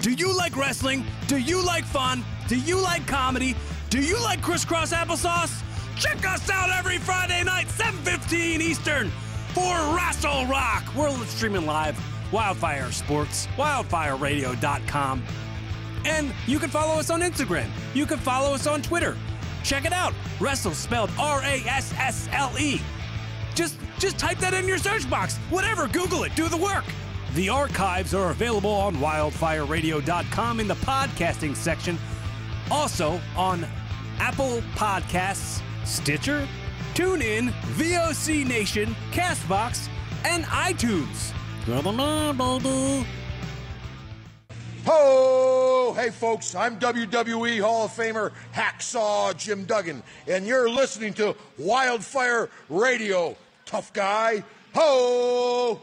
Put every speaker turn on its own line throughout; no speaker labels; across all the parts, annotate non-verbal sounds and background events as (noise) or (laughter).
Do you like wrestling? Do you like fun? Do you like comedy? Do you like crisscross applesauce? Check us out every Friday night, 7.15 Eastern, for Wrestle Rock. We're streaming live, Wildfire Sports, wildfireradio.com. And you can follow us on Instagram. You can follow us on Twitter. Check it out. Wrestle spelled R-A-S-S-L-E. Just just type that in your search box. Whatever, Google it, do the work. The archives are available on wildfireradio.com in the podcasting section, also on Apple Podcasts, Stitcher, TuneIn, VOC Nation, Castbox, and iTunes. You're the man, baby.
Ho! Hey, folks, I'm WWE Hall of Famer Hacksaw Jim Duggan, and you're listening to Wildfire Radio. Tough guy. Ho!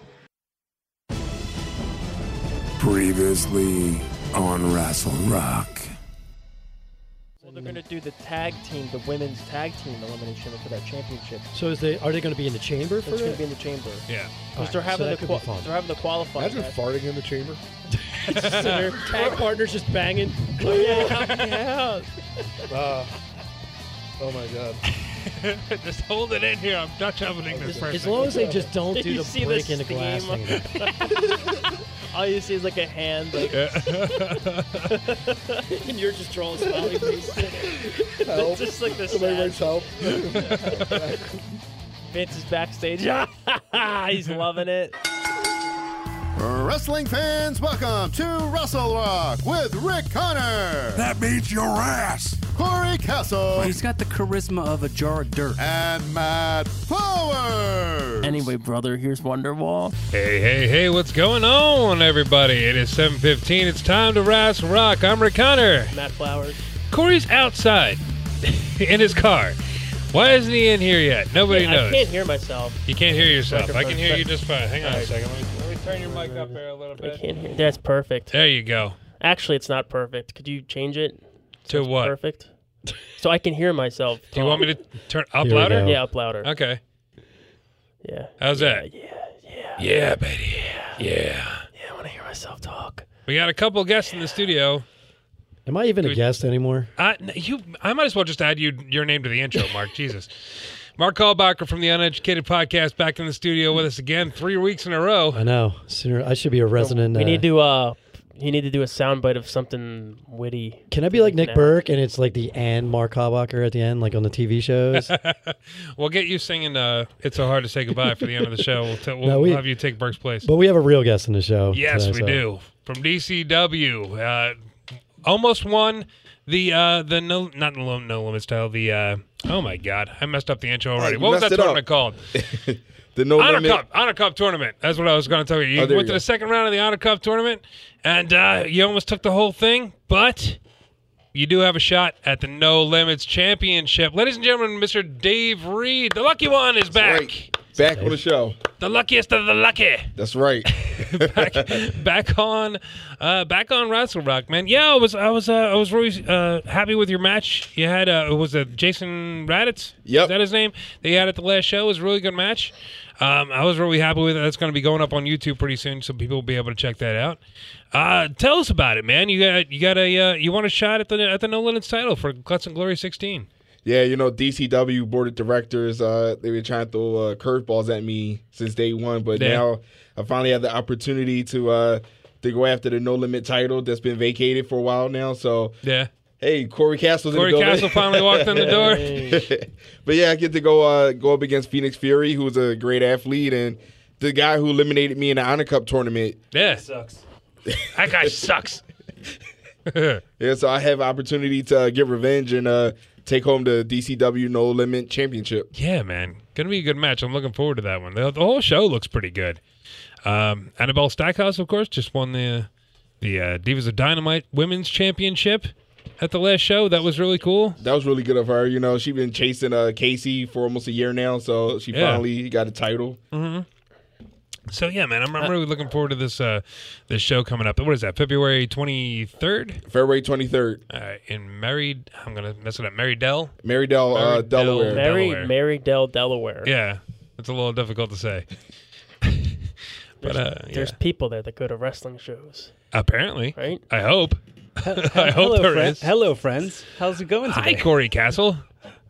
Previously on Wrestle Rock.
Well, they're going to do the tag team, the women's tag team elimination for that championship.
So is they are they going to be in the chamber for
It's going to
it?
be in the chamber.
Yeah.
Because they're,
Alright, so
having
that
the
could
qua-
be fun.
they're having the qualifying
Imagine
match.
farting in the chamber.
So their (laughs) tag partners just banging.
Yeah.
Oh my god.
Just hold it in here. I'm Dutch ovening this person.
As long as they just
(laughs)
don't do
You see
the
the
break into glass
steam?
thing.
(laughs)
again.
All you see is like a hand, like, (laughs) and you're just drawing smiley faces.
Help.
just like this.
Somebody
sad-
writes help.
Vince is backstage. (laughs) He's loving it.
Wrestling fans, welcome to Wrestle Rock with Rick Connor,
That means your ass.
Corey Castle,
He's got the charisma of a jar of dirt.
and Matt Flower.
Anyway, brother, here's Wonderwall.
Hey, hey, hey, what's going on, everybody? It is 7.15. It's time to rise and rock. I'm Rick Connor.
Matt Flowers.
Corey's outside (laughs) in his car. Why isn't he in here yet? Nobody
I
knows.
can't hear myself.
You can't hear yourself. I can
Microphone
hear
check.
you just fine. Hang on a second. Let me, let me turn your mic up here a little
I
bit.
can't hear. That's perfect.
There you go.
Actually, it's not perfect. Could you change it?
To what?
Perfect. So I can hear myself.
Do you want me to turn up
Here we
louder?
go.
Yeah, up louder.
Oh. Okay.
Yeah.
How's that? Yeah, yeah. Yeah, baby. Yeah.
Yeah, I want to hear myself talk.
We got a couple guests in the studio.
Am I even a guest anymore?
I n- you I might as well just add you your name to the intro,
(laughs)
Mark. Jesus. Mark Kalbacher from the Uneducated Podcast back in the studio with us again three weeks in a row.
I know. Sooner I should be a resident.
We
uh,
need to uh you need to do a soundbite of something witty.
Can I be like Nick
No.
Burke and it's like the and Mark Haubacher at the end, like on the
(laughs)
TV shows?
We'll get you singing uh, It's So Hard to Say Goodbye for the end of the show. We'll, t- we'll
No, we-
have you take Burke's place.
but we have a real guest in the show.
Yes,
today,
we
so-
do. From DCW, uh, almost won the uh, the no not the no, no limits title. The uh, oh my god, I messed up the intro already.
you
what was that
messed it
tournament
up.
called?
(laughs) The No
Honor
Limit.
Cup, Honor Cup tournament. That's what I was going to tell you. You
Oh,
went
there you
to
go.
the second round of the Honor Cup tournament, and uh, you almost took the whole thing, but you do have a shot at the No Limits Championship, ladies and gentlemen. Mister Dave Reed, the lucky one, is back.
Right. Back on the show.
The luckiest of the lucky
That's right.
back, back on, uh, back on Wrestle Rock, man. Yeah, I was, I was, uh, I was really uh, happy with your match. You had, uh, was it Jason Raditz?
Yep.
is that his name? They had at the last show. It was a really good match. Um, I was really happy with it. That's going to be going up on YouTube pretty soon, so people will be able to check that out. Uh, tell us about it, man. You got, you got a, uh, you want a shot at the at the No Limits title for Guts and Glory 16.
yeah, you know, DCW board of directors, uh, they were trying to throw uh, curveballs at me since day one, but
Yeah.
now I finally have the opportunity to uh, to go after the No Limit title that's been vacated for a while now. So,
Yeah,
hey, Corey Castle's
Corey
in the building.
Castle finally walked in the door.
(laughs) but yeah, I get to go uh, go up against Phoenix Fury, who's a great athlete and the guy who eliminated me in the Honor Cup tournament.
Yeah, sucks. That guy sucks.
Yeah, so I have opportunity to uh, get revenge and uh, take home the DCW No Limit Championship.
Yeah, man, gonna be a good match. I'm looking forward to that one. The, the whole show looks pretty good. Um, Annabelle Stackhouse, of course, just won the the uh, Divas of Dynamite Women's Championship at the last show. That was really cool.
That was really good of her. You know, she's been chasing uh, Casey for almost a year now, so she
Yeah.
finally got a title.
So yeah, man, I'm, I'm really looking forward to this uh, this show coming up. What is that? February 23rd
February 23rd,
uh, in Mary. I'm gonna mess it up. Mary Dell.
Marydale, uh,
Marydale.
Delaware.
Mary
Delaware.
Mary Dell Delaware.
Yeah, it's a little difficult to say. (laughs) But uh, yeah.
There's people there that go to wrestling shows,
apparently,
right?
I hope. (laughs) I hope
hello,
there
fri-
is.
Hello, friends. How's it going
Hi,
today?
Corey Castle.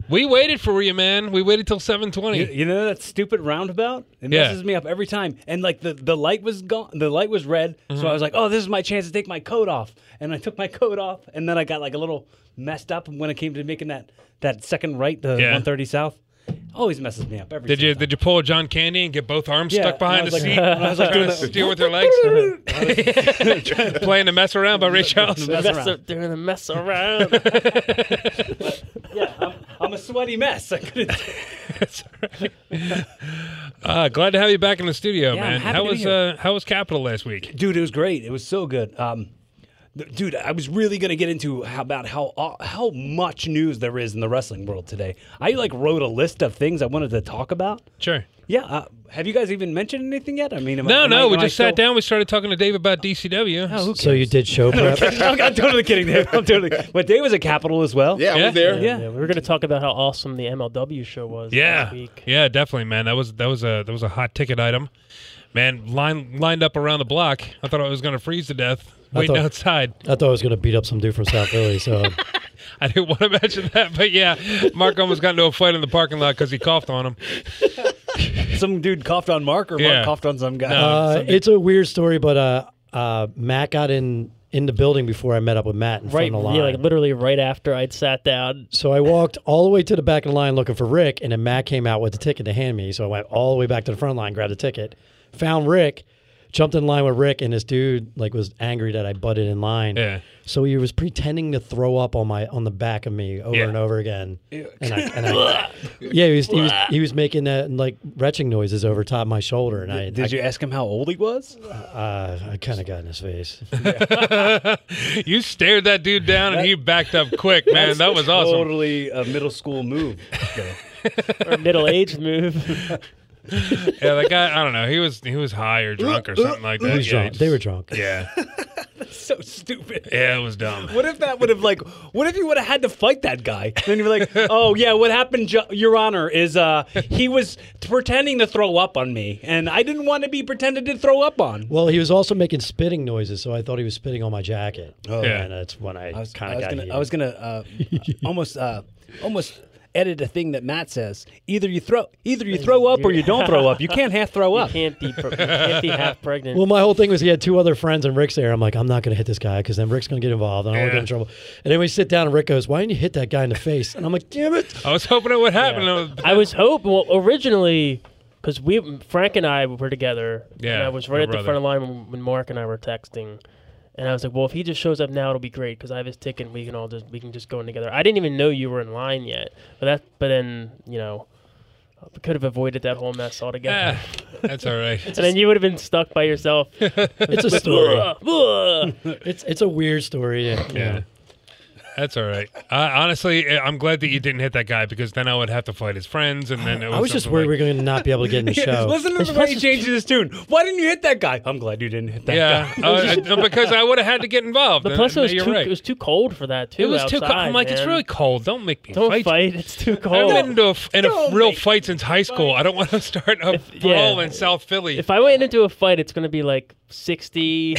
We waited for you, man. We waited till seven
You,
twenty.
you know that stupid roundabout? It
Yeah.
messes me up every time. And like the, the light was gone, the light was red.
Mm-hmm.
So I was like, oh, this is my chance to take my coat off. And I took my coat off, and then I got like a little messed up when it came to making that that second right, the
Yeah.
130 South. Always messes me up every.
Did you
single
did you pull a John Candy and get both arms
Yeah,
stuck behind the
and I was
seat,
like- (laughs) and I was like
trying to
doing that-
steer with your
(laughs)
legs, (laughs) playing the mess around by Ray Charles?
time. Mess
Mess
around.
up, doing the mess around.
Yeah, I'm, I'm a sweaty mess. (laughs) I couldn't.
(laughs) Uh, glad to have you back in the studio,
Yeah, I'm
man.
happy to
how
be
was
here.
uh, how was Capital last week?
dude it was great it was so good um th- dude i was really going to get into how about how uh, how much news there is in the wrestling world today i like wrote a list of things i wanted to talk about (laughs)
Sure.
yeah uh, have you guys even mentioned anything yet i mean am I-
No,
am I-
no, we
am I
just sat
still-
down. We started talking to Dave about DCW.
Oh, who
So you
(laughs)
did show prep.
cares? No, I'm totally (laughs) kidding, (laughs) Dave. I'm totally. But Dave was a capital as well.
Yeah, I
Yeah?
was there.
Yeah.
Yeah, we were going to talk about how awesome the MLW show was
yeah,
last week.
yeah, definitely, man. That was that was a that was a hot ticket item, man. Line lined up around the block. I thought I was gonna freeze to death waiting
thought-
outside.
I thought I was going to beat up some dude from South Philly.
(laughs)
So
(laughs) I didn't want to mention that, but yeah, Mark almost got into a fight in the parking lot because he coughed on him.
Some dude coughed on Mark, or
Yeah.
Mark coughed on some guy.
uh, it's a weird story, but uh, uh, Matt got in in the building before I met up with Matt in
Right,
front
yeah,
of the line.
like literally right after I'd sat down.
So I walked all the way to the back of the line looking for Rick, and then Matt came out with the ticket to hand me. So I went all the way back to the front line, grabbed a ticket, found Rick, jumped in line with Rick, and this dude like was angry that I butted in line.
Yeah.
So he was pretending to throw up on my on the back of me over
Yeah.
and over again. And
(laughs)
I, and I yeah, he was, he was he was making that like retching noises over top my shoulder, and I
Did you ask him how old he was?
I, uh, I kind of got in his
(laughs)
face.
You stared that dude down, and he backed up quick, man. That was awesome.
Totally a middle school
(laughs)
move.
Or middle aged move.
Yeah, that guy. I don't know. He was he was high or drunk or something like that.
He was
Yeah,
drunk.
he
They were
just-
drunk.
Yeah,
so stupid.
yeah, it was dumb.
What if that would have like? What if you would have had to fight that guy? Then you're like, (laughs) oh yeah, what happened, Ju- Your Honor? Is uh he was pretending to throw up on me, and I didn't want to be pretended to throw up on.
Well, he was also making spitting noises, so I thought he was spitting on my jacket. Oh,
Yeah.
and that's when I,
I was,
kind
I
of
was
got
gonna,
heated.
I was gonna uh, almost uh, almost edit a thing that Matt says. Either you throw, either you throw up, or you don't throw up. You can't half throw up.
Can't be, pre- can't be half pregnant.
Well, my whole thing was he had two other friends and Rick's there. I'm like, I'm not going to hit this guy because then Rick's going to get involved and I will
Yeah.
get in trouble. And then we sit down and Rick goes, Why didn't you hit that guy in the face? And I'm like, Damn it.
I was hoping it would happen. I was-
I was hoping. Well, originally, because we Frank and I were together. and
Yeah,
I was
your
right at the
brother.
front of the line when, when Mark and I were texting, and I was like, "Well, if he just shows up now, it'll be great because I have his ticket. and We can all just we can just go in together." I didn't even know you were in line yet, but that. But then you know, we could have avoided that whole mess altogether.
Ah, that's all right.
And then you would have been stuck by
(laughs)
yourself.
It's a story. it's it's a weird story. Yeah.
Yeah. That's all right. I, honestly, I- I'm glad that you didn't hit that guy because then I would have to fight his friends, and then it was
I was just
something
worried we
like-
are going to not be able to (laughs) get in the show.
Listen to the way he changes his tune. Why didn't you hit that guy? I'm glad you didn't hit that
yeah,
guy.
uh, no, because I would have had to get involved.
But
and-
plus, it
and
was
you're
too
right.
it was too cold for that too.
It was too cold.
outside,
I'm like, it's
man.
really cold. Don't make me
Don't
fight.
fight. It's too
I've
cold.
been into a, f- in a
Don't
real
make
fight since high school. I don't want to start a
If-
brawl
yeah.
in South Philly.
If I went into a fight, it's going to be like sixty,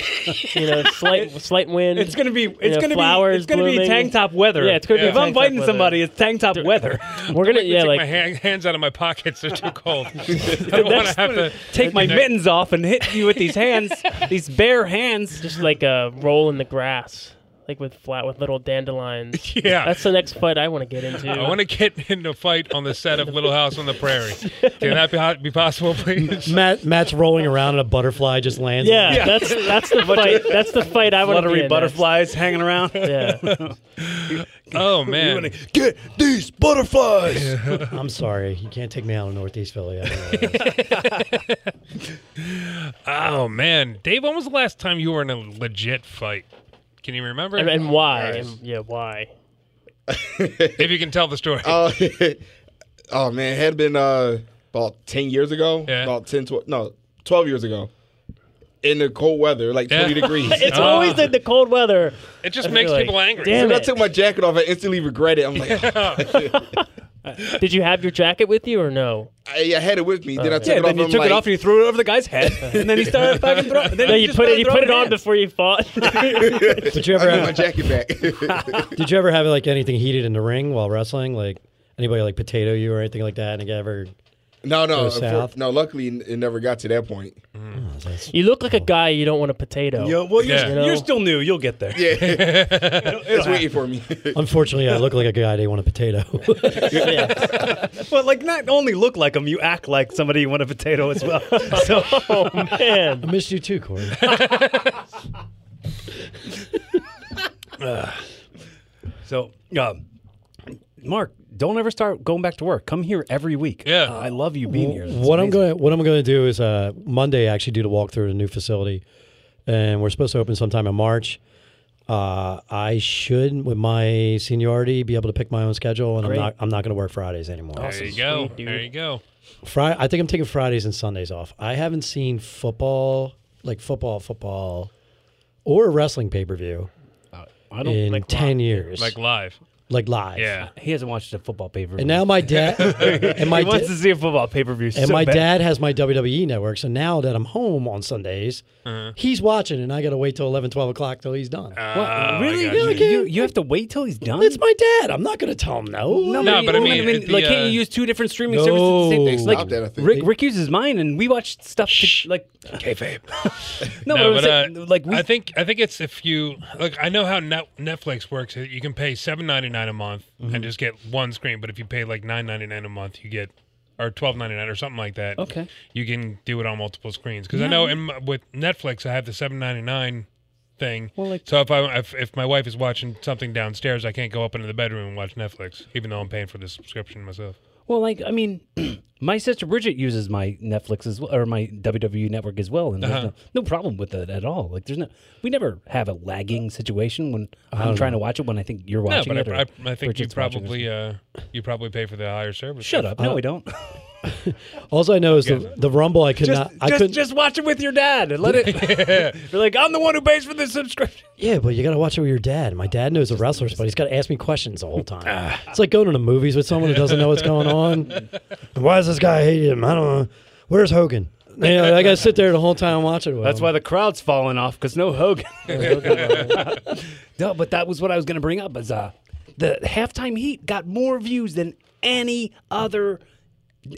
(laughs)
you know, slight slight wind.
It's gonna be it's
know,
gonna
flowers
be it's gonna be
blooming.
tank top weather.
Yeah, it's gonna be
if I'm
tank top
fighting
weather.
somebody, it's tank top
(laughs)
weather.
We're gonna yeah
take
like
my hand, hands out of my pockets. They're
(laughs)
too cold. (laughs) I don't want to have to.
Take my mittens off and hit you with these
(laughs)
hands, these bare hands.
just like a roll in the grass, like with flat with
(laughs)
little dandelions.
Yeah.
that's the next fight I want to get into.
I want to get in a fight on the set
(laughs)
of Little House on the Prairie. Can that be, be
(laughs)
possible, please?
Matt Matt's rolling around and a butterfly just lands.
Yeah,
(laughs)
that's that's the fight. That's the fight I want to be
Fluttery
in
butterflies hanging around.
next.
(laughs)
Yeah,
Oh man,
Get these butterflies.
I'm sorry, you can't take me out of Northeast Philly. I (laughs) don't know.
oh man, Dave. When was the last time you were in a legit fight? Can you remember?
and, and why? And, yeah, why?
if you can tell the story.
(laughs) Uh, oh man, it had been uh, about ten years ago.
Yeah.
About 10, 12, no, twelve years ago. In the cold weather, like
Yeah.
twenty degrees.
Uh,
It's always the, the cold weather.
it just
I
makes
feel like,
people angry.
Damn
When I
it!
took my jacket off, I instantly regret it. I'm like,
Did you have your jacket with you or no?
(laughs) I, I had it with me. Then I took
Yeah,
it off.
then you
I'm
took
like,
it off and you threw it over the guy's
(laughs)
head, and then he started fucking throwing. Then
No,
he
you
just
put it.
started
You put it
throwing
on before you fought. (laughs)
Did you
I
ever
need my
have,
jacket back. (laughs)
did you ever have like anything heated in the ring while wrestling? Like anybody like potato you or anything like that? And ever
no, no,
Go
unfor-
south.
no. Luckily, it never got to that point.
you look like a guy you don't want a potato.
Oh. Yo, well, you're,
Yeah.
you
You know?
are still new. You'll get there.
Yeah, (laughs) it's waiting for me.
unfortunately I look like a guy they want a potato. (laughs)
Yeah.
But like, not only look like him, you act like somebody you want a potato as
(laughs)
well. so
oh man.
I missed you too,
(laughs)
Corey.
So, um, Mark, don't ever start going back to work. Come here every week. Uh,
Yeah.
I love you being here.
What I'm going what I'm going to do is uh, Monday actually do the walkthrough of the new facility, and we're supposed to open sometime in March. Uh, I should, with my seniority, be able to pick my own schedule, and
Great.
I'm not I'm not going to work Fridays anymore.
There you go.
Sweet, dude.
There you go.
Friday, I think I'm taking Fridays and Sundays off. I haven't seen football, like football, football, or a wrestling pay per view
I don't
in
like
ten years,
Like
like,
live.
live.
Yeah.
He hasn't watched a football pay per view.
And now
(laughs)
my dad and my
he wants
da-
to see a football pay per view.
And my dad has my WWE network, so now that I'm home on Sundays,
Uh-huh.
he's watching, and I got to wait till 11, 12 o'clock till he's done.
Oh,
What?
I
really?
got
You,
you.
you, you have to wait till he's done.
it's my dad. I'm not going to tell him no.
No, but I
you-
mean, it-
like,
the,
can't
uh,
you use two different streaming
No.
services at the same
They
time? Like,
stopped that. I think.
Rick, Rick uses mine, and we watch stuff to, like.
Kayfabe.
(laughs) No,
No,
but,
but
I'm saying,
uh,
like we.
I think I think it's if you look. I know how Net- Netflix works. You can pay seven ninety nine a month
Mm-hmm.
and just get one screen. But if you pay like nine ninety nine a month, you get or twelve ninety nine or something like that.
Okay.
you can do it on multiple screens. Because I know in, my- with Netflix, I have the seven ninety nine thing. so if I if, if my wife is watching something downstairs, I can't go up into the bedroom and watch Netflix, even though I'm paying for the subscription myself.
Well, like I mean, (clears throat) my sister Bridget uses my Netflix as well, or my WWE network as well, and there's
Uh-huh.
no, no problem with it at all. Like there's no, we never have a lagging situation when I'm trying to watch it when I think you're
Oh. No,
watching
but
it.
I,
or
I, I think you
Bridget's watching it.
probably uh, you probably pay for the higher service.
shut up.
uh,
No, we
(laughs)
don't.
All I know is the, the Rumble. I could not.
just,
I
just,
couldn't.
just watch it with your dad and let
(laughs)
it. (laughs) you're like, I'm the one who pays for the subscription.
yeah, but you got to watch it with your dad. My dad knows the wrestlers, but he's got to ask me questions the whole time.
Ah.
it's like going to the movies with someone who doesn't know what's
(laughs)
going on. Why does this guy hate him? I don't know. Where's Hogan? You know, I got to sit there the whole time watching.
That's why the crowd's falling off because (laughs) no Hogan. (laughs) no, but that was what I was going to bring up. Is uh, the halftime heat got more views than any other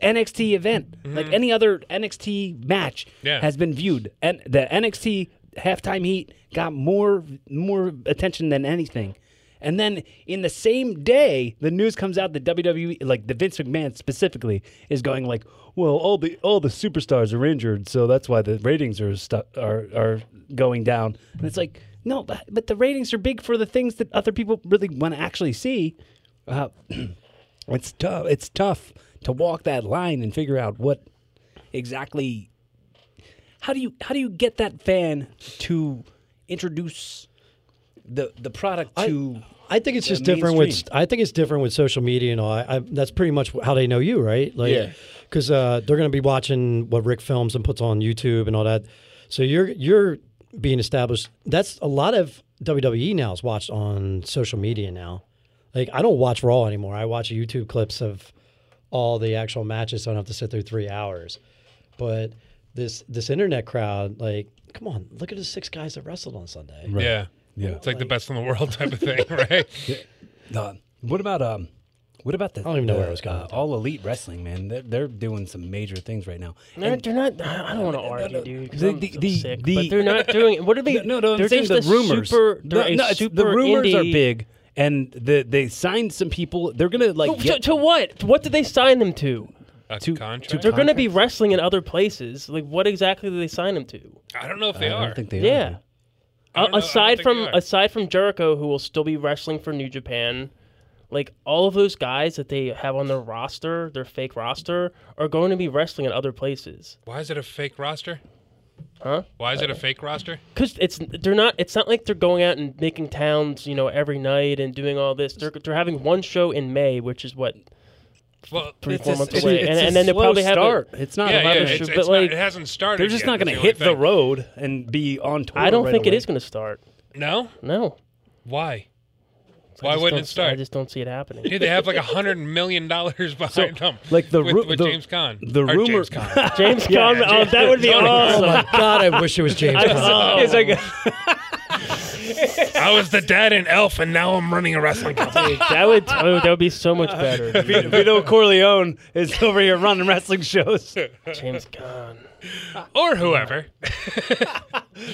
NXT event, like any other NXT match
Yeah.
has been viewed, and the NXT halftime heat got more more attention than anything. And then in the same day, the news comes out that WWE, like the Vince McMahon specifically, is going like, "Well, all the all the superstars are injured, so that's why the ratings are stu- are are going down." And it's like, no, but, but the ratings are big for the things that other people really want to actually see. Uh, (clears throat) it's tough. It's tough to walk that line and figure out what exactly. How do you how do you get that fan to introduce the the product to?
I think it's just
the
different with.
mainstream.
I think it's different with social media and all. I, I, that's pretty much how they know you, right? Like,
Yeah.
Because uh, they're going to be watching what Rick films and puts on YouTube and all that. So you're you're being established. That's a lot of WWE now is watched on social media now. Like I don't watch Raw anymore. I watch YouTube clips of all the actual matches, so I don't have to sit through three hours. But this this internet crowd, like, come on, look at the six guys that wrestled on Sunday.
Yeah.
Yeah.
It's like the best in the world type of thing, (laughs) right?
Uh, what about um? What about the? I
don't even know where I was going
Uh,
with that.
all elite wrestling, man. They're, they're doing some major things right now.
They're, they're not. I don't want to argue, dude. 'cause
The-
I'm
the-
so
the-
sick,
the-
but they're not doing. What are they?
(laughs) No, no, I'm
they're
saying the
just a
rumors.
Super, they're
No,
a
no, it's-
super
the rumors
indie.
are big, and the, they signed some people. They're gonna like
To-
get-
to what? What did they sign them to?
A
To-
contract?
They're going to be wrestling in other places. Like, what exactly do they sign them to?
I don't know if they
I
are.
don't think they
Yeah.
are.
I don't know- I don't
aside
think
from
they are.
aside from Jericho, who will still be wrestling for New Japan, like all of those guys that they have on their roster, their fake roster, are going to be wrestling in other places.
Why is it a fake roster?
Huh?
Why is it a fake roster?
Cause it's they're not. It's not like they're going out and making towns, you know, every night and doing all this. They're they're having one show in May, which is what
Well,
three
It's
four
a-
months
it's a-
away,
it's
and,
a
and then they
slow
probably have a-
start. It's not
yeah,
a
yeah,
leather
it's,
shoot,
it's
but
not,
like
it hasn't started.
They're just
yet,
not
that's
gonna
only
hit the
thing.
road and be on tour.
I don't
right
think
away.
it is going to start.
No,
No,
why?
I
Why
just
wouldn't
don't-
it start?
I just don't see it
(laughs)
happening.
Dude, they have like a hundred million dollars behind them.
like the
with,
ru-
with
the-
James Conn.
the
Or
rumor-
James Conn.
James Conn. Oh,
(laughs)
that would be
Tony.
Oh
awesome.
my God! I wish it was James. Conn.
Oh.
It's like
I was the dad in Elf, and now I'm running a wrestling company.
(laughs) that would oh, that would
(laughs)
be so much better. dude.
Vito Corleone is over here running wrestling
(laughs)
shows.
James Conn.
or whoever.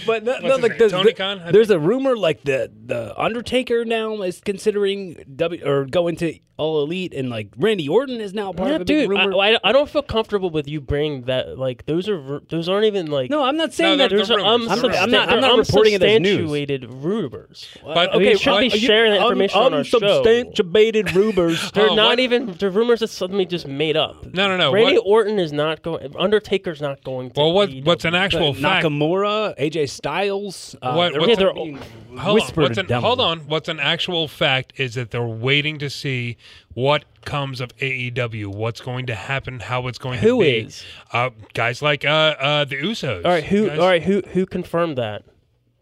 But no, no
What's his
like
name?
there's,
Tony Khan, I
there's a rumor like the the Undertaker now is considering W or going to All Elite, and like Randy Orton is now part
Yeah,
of a big
dude, I,
rumor.
I, I don't feel comfortable with you bringing that. Like those are ver- those aren't even like
no, I'm not
No,
saying
they're-
that.
those
they're
are
rumors.
unsubstan-
I'm
not- I'm not
they're
reporting it as news.
unsubstantiated rumors.
But
okay,
we
we should be
what-
sharing that information on our show.
unsubstantiated
(laughs)
rumors.
They're
Oh,
not
what-
even they're rumors that suddenly just made up.
No, no, no,
Randy
what-
Orton is not going. Undertaker's not going. To
Well, what
AEW.
what's an actual fact?
Nakamura, AJ Styles. Uh,
What-
they're
what's
all
it-
being
Hold on.
whispered
What's an,
down
hold
the-
on. What's an actual fact is that they're waiting to see what comes of AEW, what's going to happen, how it's going
Who
to be.
is?
Uh, guys like uh, uh, the Usos.
All right, who?
Guys-
All right, who? Who confirmed that?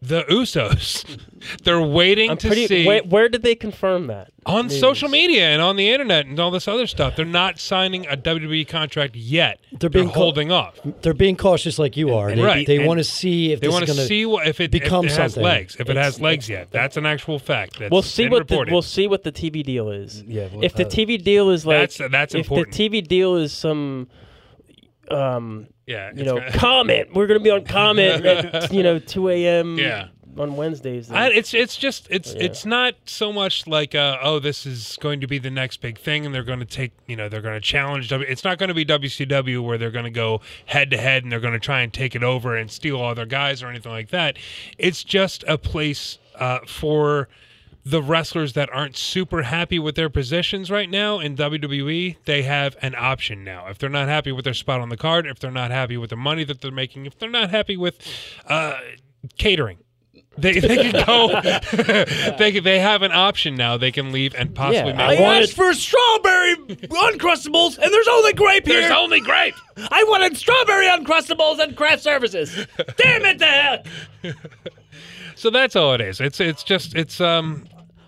The Usos. (laughs) they're waiting
I'm
to
pretty.
see
where, where did they confirm that?
on social media and on the internet and all this other stuff. They're not signing a WWE contract yet.
They're being cau-
holding off.
They're being cautious, like you are. They,
Right.
they
and
want to see if
They
this
want
is
to
gonna-
see what, if it, if
become
it has
something.
legs. If it
It's-
has legs yet, that's an actual fact. That's
We'll see
been
what
reported.
the we'll see what the TV deal is.
Yeah, we'll-
if the
uh,
TV deal is like
That's- that's
if
important.
the TV deal is some um
yeah,
you
it's
know (laughs)
gonna- (laughs)
comment we're gonna be on comment at, you know 2 a.m.
Yeah.
on Wednesdays. then-
I, it's it's just it's it's not so much like uh, oh this is going to be the next big thing and they're going to take you know they're going to challenge W. It's not going to be WCW where they're going to go head to head and they're going to try and take it over and steal all their guys or anything like that. It's just a place uh, for the wrestlers that aren't super happy with their positions right now in WWE, they have an option now. If they're not happy with their spot on the card, if they're not happy with the money that they're making, if they're not happy with uh, catering, they they can go. (laughs) they can, they have an option now. They can leave and possibly
Yeah,
I
make.
asked for strawberry uncrustables, and there's only grape here.
There's only grape.
I wanted strawberry uncrustables and craft (laughs) services. Damn it, the heck!
So that's all it is. It's it's just it's um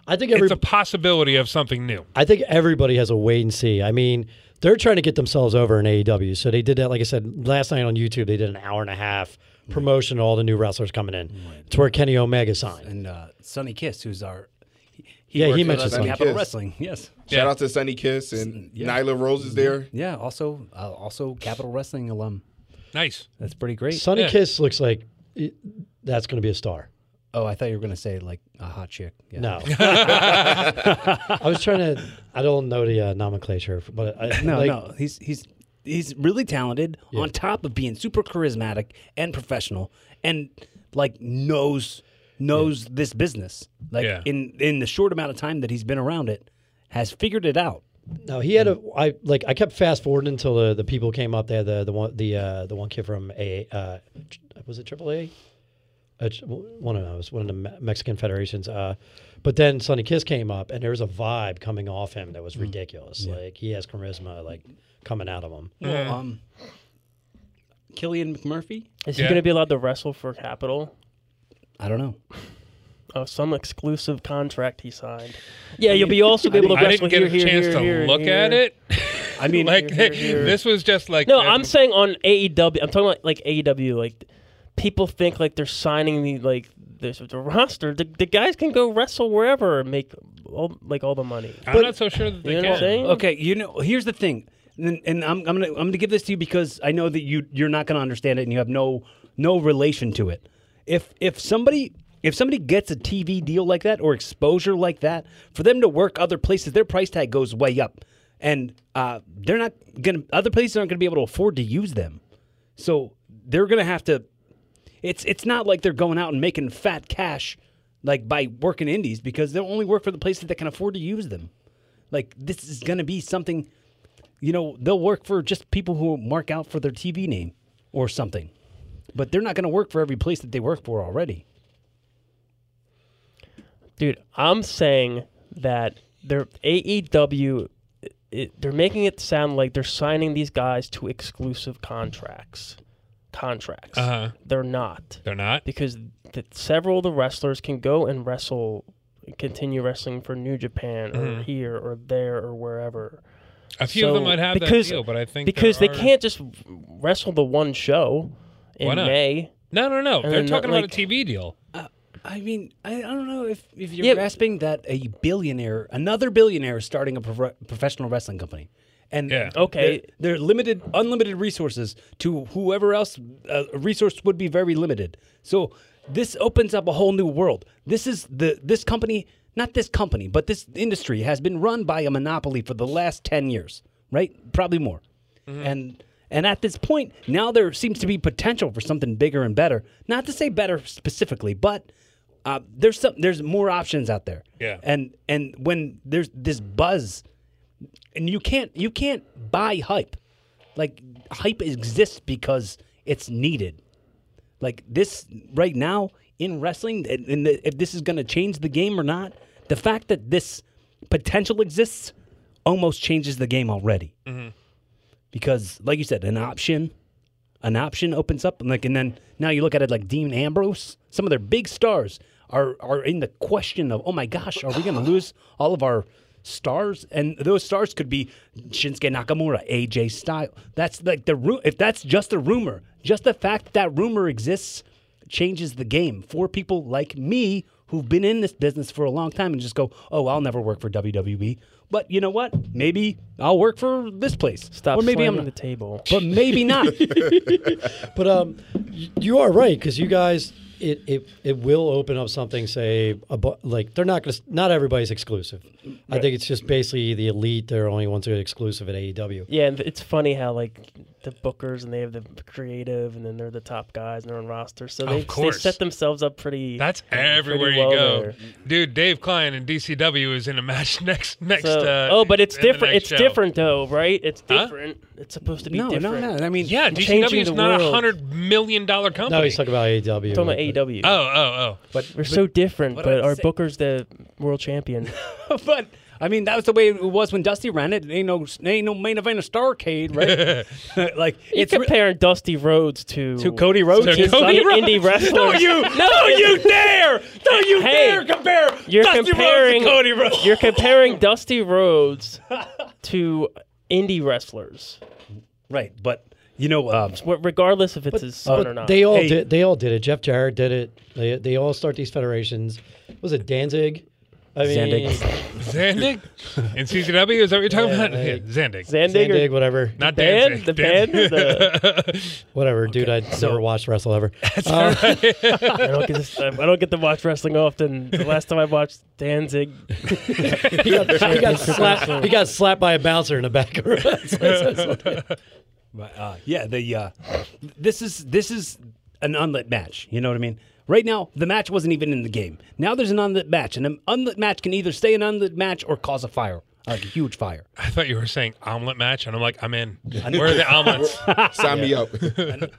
I think every
it's a possibility of something new.
I think everybody has a wait and see. I mean, they're trying to get themselves over in AEW. So they did that, like I said, last night on YouTube, they did an hour and a half promotion of all the new wrestlers coming in. It's where Kenny Omega signed.
And uh, Sonny Kiss, who's our
Yeah, he
worked with
mentioned
us in
Sonny
Capital
Kiss.
Wrestling. Yes.
Shout out to Sunny Kiss and Nyla Rose is (laughs) there.
Yeah. Also, uh, also Capital Wrestling alum.
Nice.
That's pretty great.
Sonny
Yeah.
Kiss looks like it- that's going to be a star.
oh, I thought you were gonna say like a
Uh,
hot chick.
(laughs)
Yeah.
No. (laughs) I was trying to, I don't know the uh, nomenclature, but I,
No,
like,
no. He's he's he's really talented on top of being super charismatic and professional and like knows knows this business. Like
Yeah.
in in the short amount of time that he's been around it, has figured it out.
No, he had a. I like. I kept fast forwarding until the, the people came up there. The the one the uh, the one kid from a uh, tr- was it Triple A? Uh, tr- one of those, one of the Me- Mexican federations. Uh, but then Sonny Kiss came up, and there was a vibe coming off him that was ridiculous. Like he has charisma, like coming out of him.
Well, um, Killian McMurphy.
is he
Yeah.
gonna be allowed to wrestle for Capital?
I don't know.
Oh, some exclusive contract he signed. Yeah, you'll be also be able to
I
wrestle
didn't get
here,
a
here,
chance
here,
to
here, and
look at
here.
it.
I
(laughs)
mean,
like
here, here.
this was just like
No,
uh,
I'm saying on AEW. I'm talking about like AEW. Like people think like they're signing the like this the roster. The, the guys can go wrestle wherever and make all like all the money.
I'm not so sure that they
You know
can.
what I'm saying?
Okay, you know, here's the thing, and, and I'm, I'm gonna I'm gonna give this to you because I know that you you're not gonna understand it and you have no no relation to it. If if somebody if somebody gets a TV deal like that or exposure like that, for them to work other places, their price tag goes way up, and uh, they're not gonna other places aren't gonna be able to afford to use them, so they're gonna have to. It's it's not like they're going out and making fat cash, like by working indies because they'll only work for the places that can afford to use them. Like this is going to be something, you know, they'll work for just people who mark out for their TV name or something. But they're not going to work for every place that they work for already.
Dude, I'm saying that they're AEW. It, they're making it sound like they're signing these guys to exclusive contracts. Contracts.
Uh-huh.
They're not
They're not.
because th- several of the wrestlers can go and wrestle continue wrestling for New Japan or here or there or wherever.
Mm-hmm. A few of them
So-
might have
because,
that deal, but I think
because
there
they
are-
can't just wrestle the one show in
Why not?
May.
No, no, no.
And
They're
then,
talking
like-
about a TV deal.
I mean, I, I don't know if, if you're
Yeah.
grasping that a billionaire, another billionaire, is starting a prof- professional wrestling company, and
Yeah.
Okay.
they're, they're limited, unlimited resources to whoever else. Uh, a resource would be very limited. So this opens up a whole new world. This is the this company, not this company, but this industry has been run by a monopoly for the last ten years, right? Probably more, and. And at this point, now there seems to be potential for something bigger and better. Not to say better specifically, but uh, there's some there's more options out there.
Yeah.
And and when there's this buzz, and you can't you can't buy hype. Like hype exists because it's needed. Like this right now in wrestling, and, and the, if this is going to change the game or not, the fact that this potential exists almost changes the game already. Because, like you said, an option, an option opens up, and like, and then now you look at it like Dean Ambrose. Some of their big stars are are in the question of, oh my gosh, are we going to lose all of our stars? And those stars could be Shinsuke Nakamura, AJ Styles. That's like the ru- if that's just a rumor, just the fact that rumor exists changes the game for people like me who've been in this business for a long time and just go, oh, I'll never work for WWE. But you know what? Maybe I'll work for this place.
Stop
or maybe
slamming
I'm
the table.
But maybe (laughs) not.
But um, y- you are right because you guys, it, it it will open up something. Say, abo- like they're not going to. Not everybody's exclusive. I think it's just basically the elite. They're only ones who are exclusive at E AEW.
Yeah, and it's funny how like the bookers and they have the creative, and then they're the top guys in their own roster. So they, they
course.
set themselves up pretty.
That's
pretty
everywhere
well
you go,
there.
dude. Dave Klein in DCW is in a match (laughs) next next.
So,
uh,
oh, but it's
in the
different.
next
It's
show.
different though, right? It's
Huh?
different. It's supposed to be
no, no,
different.
no. I mean,
Yeah, DCW is
the
not a
world.
hundred million dollar company.
No, he's talking about E AEW.
Talking about
but-
E AEW.
oh, oh, oh.
We're so different,
I'm
but our
saying-
Booker's the world champion.
(laughs) but I mean, that was the way it was when Dusty ran it. Ain't no, ain't no main event of Starcade, right? (laughs) like
You're
it's
(laughs)
re-
comparing Dusty Rhodes to
to Cody Rhodes.
To
Just
Cody
in-
Rhodes.
indie wrestlers.
Don't you,
Oh,
don't (laughs) you dare, don't you
(laughs) Hey,
dare compare
You're
Dusty Rhodes to
comparing
Cody Rhodes.
You're comparing Dusty Rhodes to indie wrestlers,
right, but you know, um,
wh- regardless if it's his son
but
or not.
They all
Hey.
did. They all did it. Jeff Jarrett did it. They they all start these federations. Was it Danzig? I mean,
Zandig.
Zandig in CCW is that what you're talking about?
like-
Yeah, Zandig.
Zandig
Zandig,
or
whatever,
not
band,
Danzig.
the
Dan-
band, the,
whatever, dude. I never watched wrestle
(laughs)
ever.
I, don't get this, I don't get to watch wrestling often. The last time I watched Danzig,
he, got,
(laughs)
he got slapped. He got slapped by a bouncer in the back (laughs) of the room.
But uh, yeah, the uh, this is this is an unlit match. You know what I mean? Right now, the match wasn't even in the game. Now there's an unlit match, and an unlit match can either stay an unlit match or cause a fire, like a huge fire.
I thought you were saying omelet match, and I'm like, I'm
(laughs)
in. Where are the omelets?
Sign me up.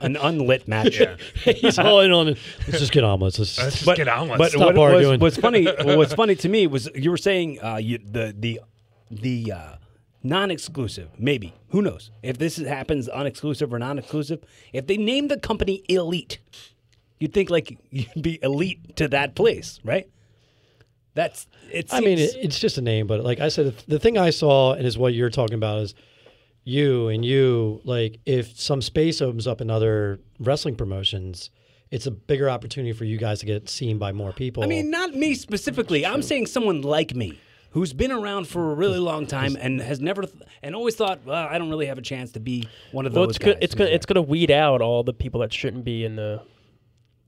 (laughs)
An unlit match.
He's all in on it. Let's just get omelets. Let's
Let's just
But,
get omelets.
but
Stop
what was,
arguing.
what's funny? What's funny to me was you were saying uh, you, the the the uh, non-exclusive. Maybe who knows if this is, happens unexclusive or non-exclusive? If they name the company Elite, you'd think like you'd be elite to that place, right? That's it's.
I mean, it, it's just a name, but like I said, the, the thing I saw and is what you're talking about is you and you. Like, if some space opens up in other wrestling promotions, it's a bigger opportunity for you guys to get seen by more people.
I mean, not me specifically. I'm saying someone like me who's been around for a really long time and has never th- and always thought, well, I don't really have a chance to be one of those
well, it's
guys.
good. It's gonna it's gonna weed out all the people that shouldn't be in the,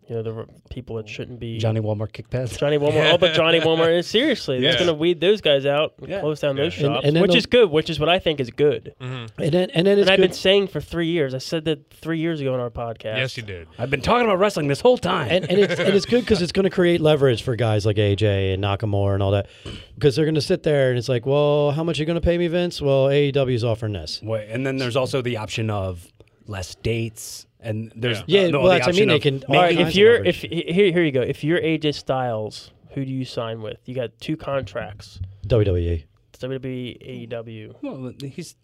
you know, the r- people that shouldn't be.
Johnny Walmart kick pass.
Johnny Walmart, all but Johnny Walmart. And seriously, that's
Yeah.
going to weed those guys out and
Yeah.
close down those
And-
shops,
and then
which
they'll-
is good, which is what I think is good.
Mm-hmm.
and then and then it's
And I've
good.
been saying for three years. I said that three years ago on our podcast.
(laughs) yes, you did.
(laughs) I've been talking about wrestling this whole time.
and, and it's and it's good because it's going to create leverage for guys like AJ and Nakamura and all that because they're going to sit there and it's like, well, how much are you going to pay me, Vince? Well, AEW's offering this.
Wait, and then there's also the option of less dates, and there's
Yeah,
no,
well,
the
that's what I
option
mean, they
of
can-
making-
all
All right,
Kinds
if
of
you're
leverage.
if here here you go. If you're AJ Styles, who do you sign with? You got two contracts.
WWE.
It's E, WWE, AEW.
Well, he's,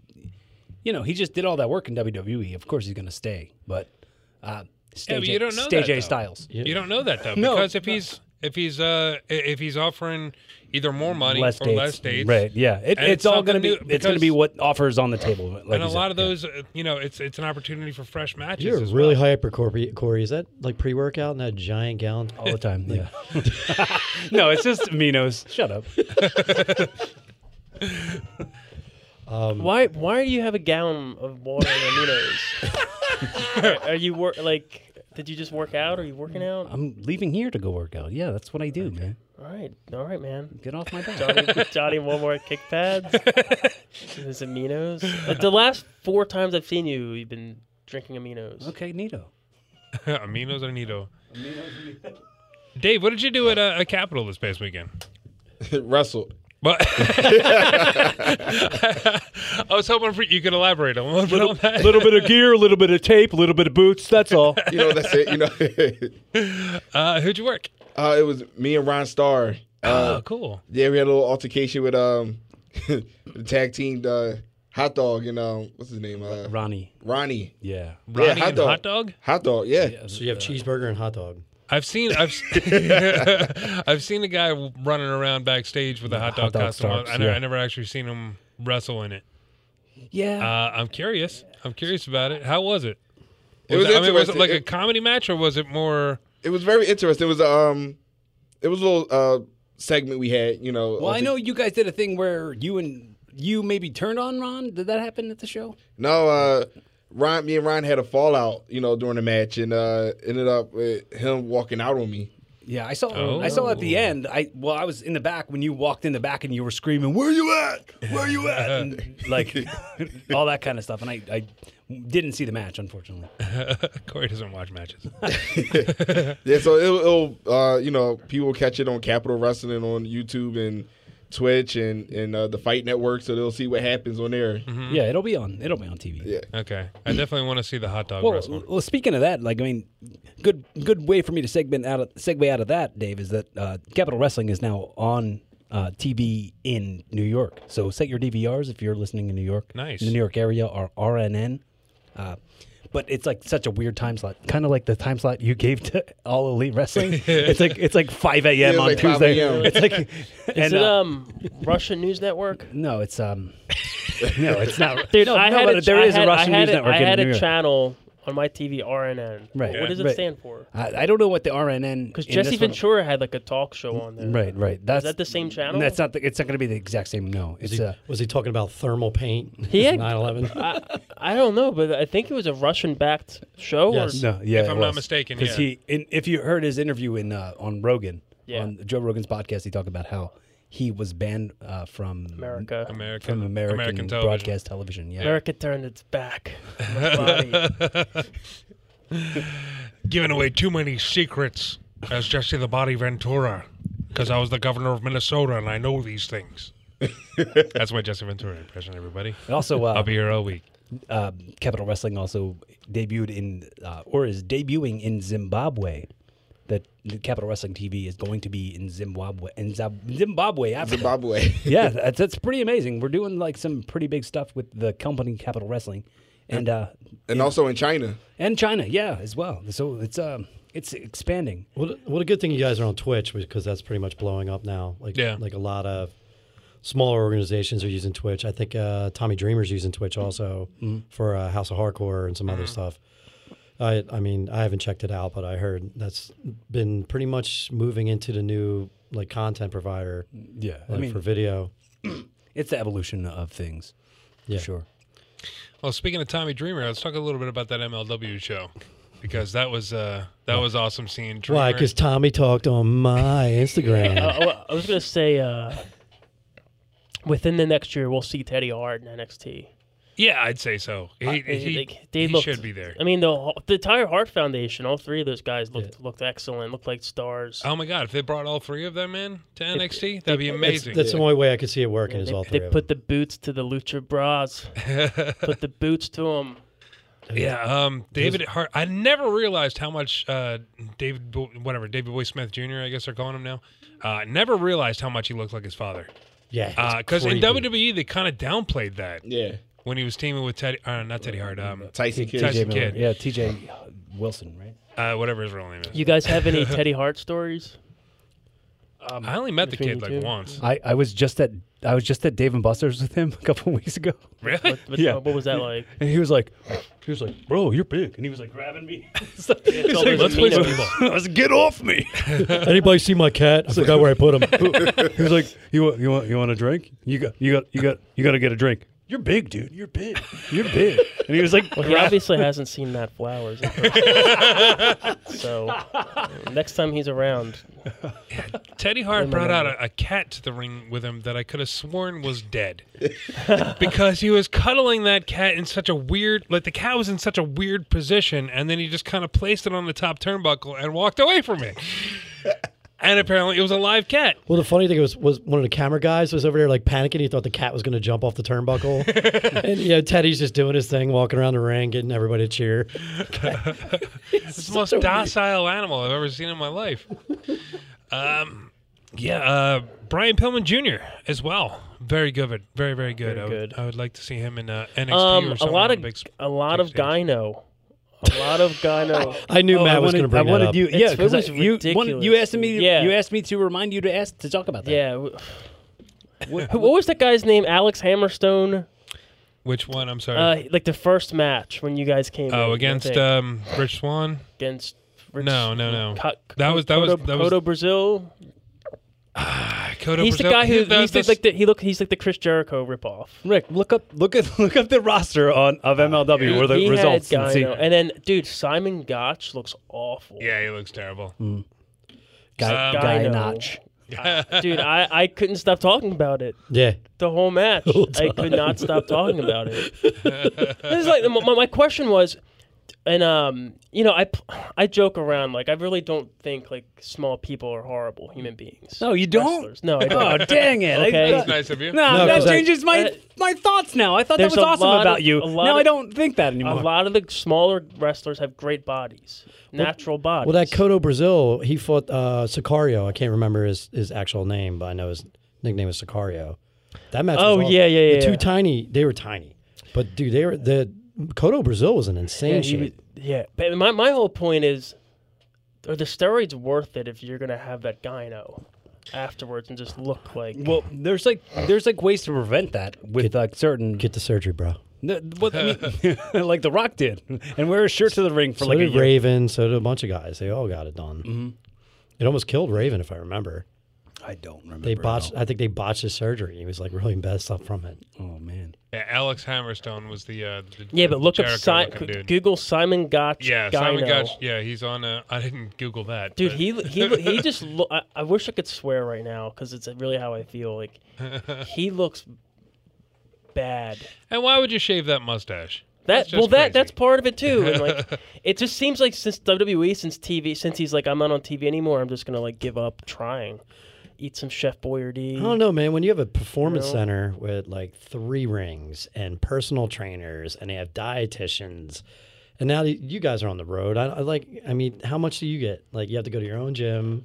you know, he just did all that work in WWE. Of course, he's going to stay, but uh, stay
Yeah, but
J-
you don't know
stay
that,
J
though.
Styles.
You don't know that though,
No,
because if he's if he's uh i- if he's offering either more money
less
or
dates.
less dates.
Right. Yeah. It,
And
it's all
something
going to be.
new-
it's going to
because-
be what offers on the table. Like
and a
you said.
lot of
Yeah.
those, uh, you know, it's it's an opportunity for fresh matches.
You're
as
really
well.
hyper, Corey. Corey, is that like pre-workout in that giant gallon?
all the time. Yeah. (laughs) no, it's just Minos. Shut up.
Why? Why do you have a gallon of water in your nose?
(laughs)
are, are you work like? Did you just work out? Are you working out?
I'm leaving here to go work out. Yeah, that's what I do, man.
All right, all right, man.
Get off my back.
Johnny, Johnny Wilmore kick pads. His aminos. Like the last four times I've seen you, you've been drinking aminos.
(laughs) okay, Nito.
(laughs) Aminos or Nito. Dave, what did you do at uh, a Capitol this past weekend?
Wrestled.
(laughs) But I was hoping for, you could elaborate a little bit on that.
A (laughs) little bit of gear, a little bit of tape, a little bit of boots. That's all.
You know, that's it. You know, (laughs)
Uh, who'd you work?
uh, it was me and Ron Starr.
Uh,
Uh,
Oh, cool.
Yeah, we had a little altercation with um (laughs) the tag team uh, hot dog and um what's his name
(laughs)
uh,
Ronnie.
Ronnie.
Yeah.
Ronnie
hot
and
dog.
hot dog.
Hot dog, yeah.
So you have cheeseburger and hot dog.
(laughs)
I've seen I've (laughs) I've seen a guy running around backstage with a hot dog,
hot dog
costume. on.
starts,
I, never,
yeah.
I never actually seen him wrestle in it. Uh,
Yeah.
I'm curious. I'm curious about it. How was it?
It was
I mean, was it
interesting.
like a
It-
comedy match or was it more? (laughs)
It was very interesting. It was um it was a little uh segment we had, you know.
well, I
alter-
know you guys did a thing where you and you maybe turned on Ron. Did that happen at the show?
No, uh Ron me and Ron had a fallout, you know, during the match and uh ended up with him walking out on me.
Yeah, I saw.
Oh.
I saw at the end. I well, I was in the back when you walked in the back and you were screaming, "Where you at? Where you at?" and, like all that kind of stuff. And I, I didn't see the match, unfortunately.
Corey doesn't watch matches.
Yeah, so it'll, it'll uh, you know, people catch it on Capital Wrestling on YouTube and Twitch and and uh, the Fight Network, so they'll see what happens on there.
Yeah, it'll be on. It'll be on TV.
Yeah.
Okay, I definitely want to see the hot dog
Well,
wrestle.
well, speaking of that, like I mean, good good way for me to segment out of, segue out of that, Dave, is that uh, Capital Wrestling is now on uh, TV in New York. So set your DVRs if you're listening in New York.
Nice.
in the New York area or RNN. Uh, but it's like such a weird time slot, kind of like the time slot you gave to (laughs) All Elite Wrestling. it's like it's like 5 a.m.
Yeah,
on
like 5
Tuesday.
a.m..
It's like
Is
and,
it
uh,
um Russian News Network?
no, it's um, no, it's not.
(laughs) Dude,
no,
I
no,
had
but
a,
there
I
is
had-
a Russian
I had
news
a-
network
I
in
had
New
a
York.
channel on my TV, RNN.
Right,
What does it
right.
stand for?
I, I don't know what the RNN
Because
in
Jesse
this one-
Ventura had like a talk show on there.
Right, right. That's
that the same channel?
That's not. The, it's not going to be the exact same. No, it's uh,
Was he talking about thermal paint?
He
(laughs)
had-
911.
I, I don't know, but I think it was a Russian-backed show.
Yes.
Or,
no. Yeah,
If I'm not mistaken,
because
yeah.
he, in, if you heard his interview in uh, on Rogan,
Yeah.
on Joe Rogan's podcast, he talked about how he was banned uh, from
America.
American
from American,
television.
broadcast television. Yeah.
America turned its back. on its body.
giving away too many secrets as Jesse the Body Ventura because I was the governor of Minnesota and I know these
(laughs)
things. That's my Jesse Ventura impression, everybody.
And also,
I'll
uh,
be here all week.
uh, Capital Wrestling also debuted in uh, or is debuting in Zimbabwe. That the Capital Wrestling TV is going to be in Zimbabwe in Zab- Zimbabwe after that.
Zimbabwe.
yeah, that's, that's pretty amazing. We're doing like some pretty big stuff with the company Capital Wrestling, and uh,
and also in China.
and China, yeah, as well. So it's um, it's expanding.
What a, what a good thing you guys are on Twitch because that's pretty much blowing up now. Like
Yeah.
like a lot of smaller organizations are using Twitch. I think uh, Tommy Dreamer's using Twitch also
Mm-hmm.
for uh, House of Hardcore and some other stuff. I I mean I haven't checked it out, but I heard that's been pretty much moving into the new like content provider.
Yeah, I
like
mean,
for video.
it's the evolution of things.
Yeah.
sure.
Well, speaking of Tommy Dreamer, let's talk a little bit about that MLW show because that was uh, that was awesome seeing Dreamer.
Why? Because Tommy talked on
(laughs)
my Instagram.
oh,
Uh, well, I was gonna say, uh, within the next year, we'll see Teddy Hart in NXT.
yeah, I'd say so. He, he,
Like, they
he
looked-
should be there.
I mean, the whole- the entire Hart Foundation, all three of those guys looked looked excellent. Looked like stars.
Oh my God! If they brought all three of them in to NXT, that'd be amazing.
that's the only way I could see it working is
they,
all
they
three. of
put the boots to the lucha
(laughs)
bras. put the boots to them.
yeah, um, David Hart. I never realized how much uh, David, Bo- whatever David Boy Smith Jr. I guess they're calling him now. Uh, never realized how much he looked like his father.
them. yeah, it's
Because in
creepy.
WWE they kind of downplayed that
Yeah.
when he was teaming with Teddy, uh, not Teddy Hart, um,
Tyson Kidd.
Tyson
Miller.
Kidd,
Yeah, (laughs) T.J. Wilson, right?
uh, whatever his real name is.
(laughs)
You guys have any Teddy Hart stories?
I only met the
between
kid
you
like
two?
once. (laughs)
I, I was just at I was just at Dave and Buster's with him (laughs) a couple weeks ago,
Really?
But
Yeah.
What was that
(laughs)
like?
and he was like, he was like, bro, you're big, and he was like grabbing me. He's like-
It's all those Amino people.
I was like, get off me.
Anybody see my cat? I forgot where I put
(laughs)
him.
(laughs) he was like, you want you want you want a drink? You got you got you got you got to get a drink. You're big, dude. You're big. (laughs) You're big. And he was like,
Well, he obviously hasn't seen Matt Flowers. in person. so uh, next time he's around,
Teddy
Oh
Hart brought out a, a cat to the ring with him that I could have sworn was dead (laughs) because he was cuddling that cat in such a weird, like the cat was in such a weird position, and then he just kind of placed it on the top turnbuckle and walked away from it. (laughs) and apparently, it was a live cat.
(laughs) Well, the funny thing was, was one of the camera guys was over there like panicking. He thought the cat was going to jump off the turnbuckle,
(laughs)
and you know Teddy's just doing his thing, walking around the ring, getting everybody to cheer.
It's the most docile animal I've ever seen in my life. Um, yeah, uh, Brian Pillman Jr. as well. Very good, very very good. I, would,
good.
I would like to see him in uh, NXT or
um, a
something on
lot
a
of
big s-
a lot of
big stage.
gyno, a lot of gyno.
I knew
Oh,
Matt
I
was
wanted,
going to bring
I
that
wanted
up.
you.
It's-
Yeah, because
it was
you wanted- you
ridiculous.
asked me.
Yeah.
You asked me to remind you to ask to talk about that.
(laughs) yeah. w- Wh- What was that guy's name? Alex Hammerstone.
Which one? I'm sorry.
Uh, like the first match when you guys came. in,
Oh,
I
against
think.
um, Rich Swan.
against. Rich-
No, no, no.
Co-
That was- that was-
Cotto-
that was-
Cotto Brazil.
(sighs) Dakota
He's the
Brazil-
guy who
the-
he's the,
the-
like the, he look he's like the Chris Jericho ripoff.
Rick, look up look at (laughs) look up the roster on of MLW or the
he
results
had
and see.
gyno, and then dude Simon Gotch looks awful.
yeah, he looks terrible.
Guy,
Um,
guy
Gyno.
notch.
(laughs) dude, I, I couldn't stop talking about it
Yeah,
the
(laughs)
whole match. I could not stop talking about it. this is like my, my question was, and um, you know, I p- I joke around like I really don't think like small people are horrible human beings.
No, you don't? (laughs)
Wrestlers. No, I
Oh
don't.
dang it! I-
Okay.
that-
Nice of you.
no,
No,
that
'cause I-
changes my
that-
my thoughts now. I thought that
There's
was
a
awesome
lot of-
about you.
a lot
Now
of-
I don't think that
A
anymore.
lot of the smaller wrestlers have great bodies, natural bodies.
well, that Cotto Brazil, he fought uh, Sicario. I can't remember his his actual name, but I know his nickname is Sicario. That match.
Oh,
was all-
yeah, yeah,
the
yeah,
Two
yeah.
tiny. They were tiny, but dude, they were the Cotto Brazil was an insane
yeah, he
shape.
was- yeah. But my my whole point is, are the steroids worth it if you're gonna have that gyno afterwards and just look like?
well, there's like there's like ways to prevent that with like certain
Get the surgery, bro.
n- what, I mean, (laughs) like the Rock did, and wear a shirt to the ring for
So
like a
did
year.
Raven. So did a bunch of guys. They all got it done.
Mm-hmm.
It almost killed Raven, if I remember.
I don't remember.
They botched. I think they botched his surgery. He was like really messed up from it.
Oh man,
Yeah, Alex Hammerstone was the, uh, the
yeah, but look up
Jericho
si-
looking dude.
Google Simon Gotch.
yeah,
gyno.
Simon Gotch. Yeah, he's on. Uh, I didn't Google that,
Dude,
but- (laughs)
he he he just. Lo- I, I wish I could swear right now because it's really how I feel.
(laughs)
Like he looks bad.
And why would you shave that mustache?
That
That's just
well, that
crazy.
that's part of it too. And
(laughs)
like, it just seems like since WWE, since TV, since he's like, I'm not on TV anymore. I'm just gonna like give up trying. Eat some Chef Boyardee.
I don't know, man. When you have a performance
No.
center with like three rings and personal trainers, and they have dietitians, and now that you guys are on the road. I, I like. I mean, how much do you get? Like, you have to go to your own gym.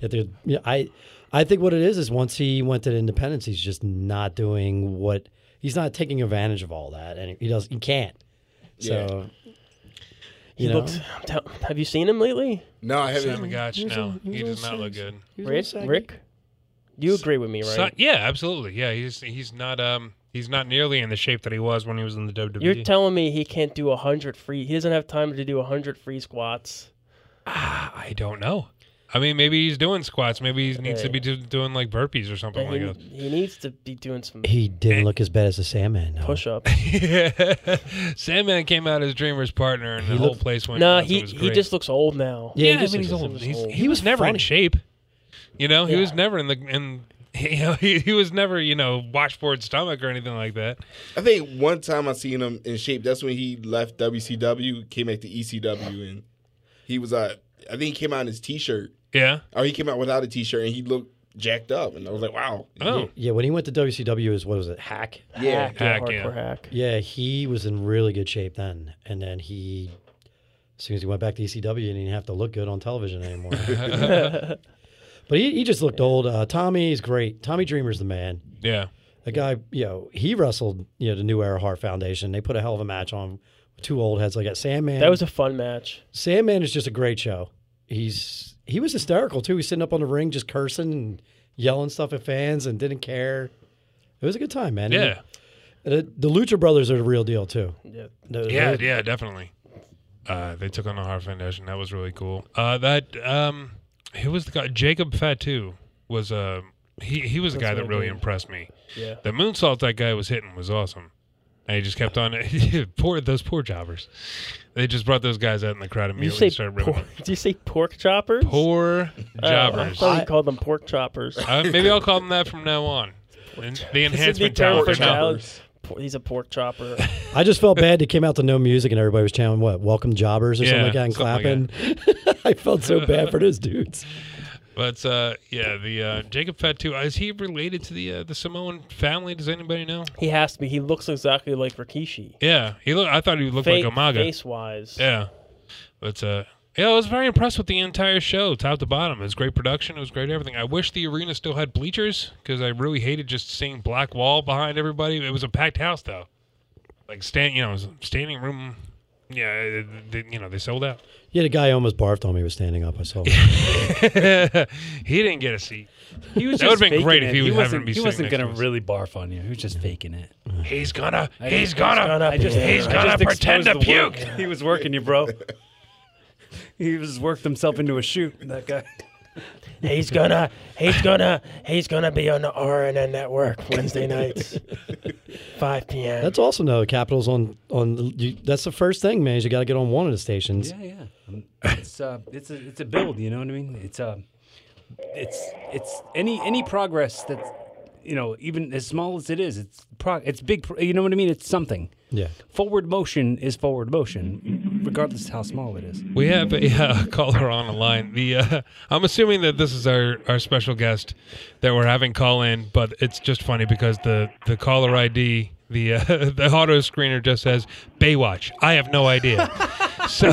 If there's, yeah, I, I think what it is is once he went to the independence, he's just not doing what he's not taking advantage of all that, and he does. He can't. So.
He
you know?
looks. I'm tell- Have you seen him lately,
No, I haven't.
Simon Gotch. No, he does not look good.
Rick? Rick, you agree with me, right?
So- yeah, absolutely. Yeah, he's he's not um he's not nearly in the shape that he was when he was in the E. WWE.
You're telling me he can't do hundred free. He doesn't have time to do hundred free squats.
I don't know. I mean, maybe he's doing squats. Maybe he needs to be do- doing like burpees or something
He,
like that. (laughs)
he needs to be doing some
He didn't look as bad as the Sandman. No.
(laughs)
push-ups.
Oh Sandman came out as Dreamer's partner, and the whole place went.
no,
nuts. It
he
was
he
great.
just looks old now.
Yeah, he
Yeah, I
just
mean, he's
looks-
old. He's,
old.
he, was, never in
funny.
shape. You know, he was never in the in. (laughs) You know, he, he was never you know washboard stomach or anything like that.
I think one time I seen him in shape. That's when he left WCW, came back to ECW, and he was uh, I think he came out in his T-shirt,
Yeah.
or he came out without a T-shirt, and he looked jacked up. And I was like, wow.
Oh,
Yeah, when he went to WCW, is what was it? Hack.
Yeah.
hack, yeah,
Hack, yeah.
hardcore hack.
Yeah, he was in really good shape then, and then he, as soon as he went back to ECW, he didn't have to look good on television anymore. but he, he just looked old. Uh, Tommy is great. Tommy Dreamer's the man.
yeah.
A guy, you know, he wrestled, you know, the New Era Heart Foundation. They put a hell of a match on two old heads like that. Sandman.
That was a fun match.
Sandman is just a great show. He's he was hysterical too. He was sitting up on the ring just cursing and yelling stuff at fans and didn't care. It was a good time, man.
Yeah.
And it- the Lucha Brothers are the real deal too. Yeah.
Yeah, yeah, definitely. Uh, they took on the Hard Foundation. That was really cool. Uh, that um, who was the guy? Jacob Fatu was uh, he he was the guy that really impressed me.
Yeah.
The moonsault that guy was hitting was awesome. And he just kept on (laughs) poor those poor jobbers. They just brought those guys out in the crowd
Did you
immediately
say
and started ripping.
por- did you say pork choppers?
Poor
Oh, I
jobbers.
thought you called them pork choppers.
Uh, maybe I'll call them that from now on. And the
This is the
enhancement
term
talent
for
for now.
child. Por- He's a pork
(laughs)
chopper.
I just felt bad. They came out to no music and everybody was chanting what? Welcome jobbers or something
Yeah,
like that and
something
clapping. (laughs) I felt so bad for those dudes.
But uh, yeah, the uh, Jacob Fatu is he related to the uh, the Samoan family? Does anybody know?
he has to be. He looks exactly like Rikishi.
Yeah, he look. I thought he looked like a MAGA.
Face wise.
Yeah, but uh, yeah, I was very impressed with the entire show, top to bottom. It was great production. It was great everything. I wish the arena still had bleachers because I really hated just seeing black wall behind everybody. It was a packed house though, like stand, you know, it was standing room. Yeah, it- it- you know, they sold out. (laughs)
Yeah, the guy almost barfed on me was standing up. I saw him.
he didn't get a seat.
He was
That
just
would've been
faking
great if
it.
he was having
wasn't,
to be
He wasn't
sitting next
gonna
to us.
really barf on you. He was just faking it.
He's gonna.
I
He's
just-
gonna.
I just-
he's
I
gonna
just
pretend to
exposed the work.
puke.
He was working you, bro. (laughs) he was worked himself into a shoot. That guy.
He's gonna. He's gonna. He's gonna be on the RNN network Wednesday nights, 5 p.m.
That's awesome though. Capitals on on you, that's the first thing, man. Is you got to get on one of the stations.
Yeah, yeah. Um, It's uh, it's a it's a build. You know what I mean? It's um, it's it's any any progress that's you know even as small as it is, it's pro- it's big. Pro- you know what I mean? It's something.
Yeah.
Forward motion is forward motion, regardless of how small it is.
We have a (laughs) uh, caller on the line. The uh, I'm assuming that this is our, our special guest that we're having call in, but it's just funny because the, the caller ID, the uh, (laughs) the auto screener just says Baywatch. I have no idea. (laughs) so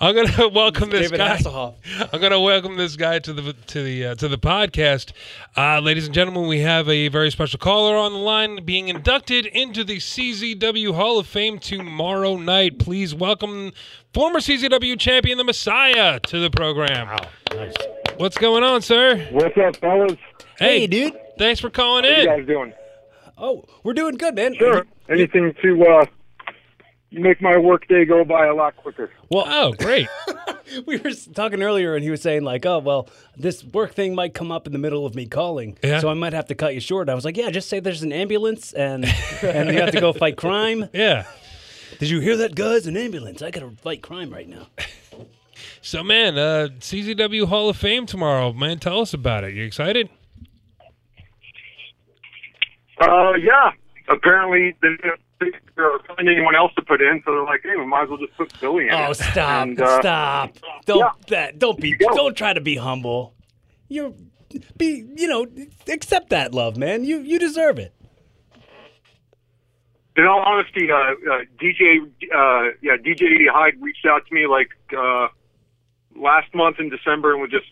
I'm gonna welcome this
David
guy.
Hasselhoff.
(laughs) I'm gonna welcome this guy to the to the uh, to the podcast, uh, ladies and gentlemen. We have a very special caller on the line being inducted into the CZW Hall of Fame tomorrow night. Please welcome former CZW champion, the Messiah, to the program. Wow, nice. What's going on, sir?
What's up, fellas?
Hey,
dude.
Thanks for calling
How you
in.
guys doing?
Oh, we're doing good, man.
Sure. Anything to uh, make my work day go by a lot quicker.
Well,
Oh,
(laughs)
great.
(laughs) we were s- talking earlier, and he was saying like, "Oh, well, this work thing might come up in the middle of me calling,
Yeah.
so I might have to cut you short." I was like, "Yeah, just say there's an ambulance, and and you have to go fight crime."
yeah.
(laughs) Did you hear that, guys? An ambulance. I gotta fight crime right now.
So, man, uh, CZW Hall of Fame tomorrow. Man, tell us about it. You (laughs) excited?
Uh, yeah. Apparently, they didn't find anyone else to put in, so they're like, hey, we might as well just put Billy in.
Oh,
it.
stop,
And, uh,
stop! Don't
yeah.
that. Don't be.
go.
Don't try to be humble. You're be. You know, accept that love, man. You you deserve it.
In all honesty, uh, uh, DJ, uh, yeah, DJ Hyde reached out to me like uh, last month in December and was just,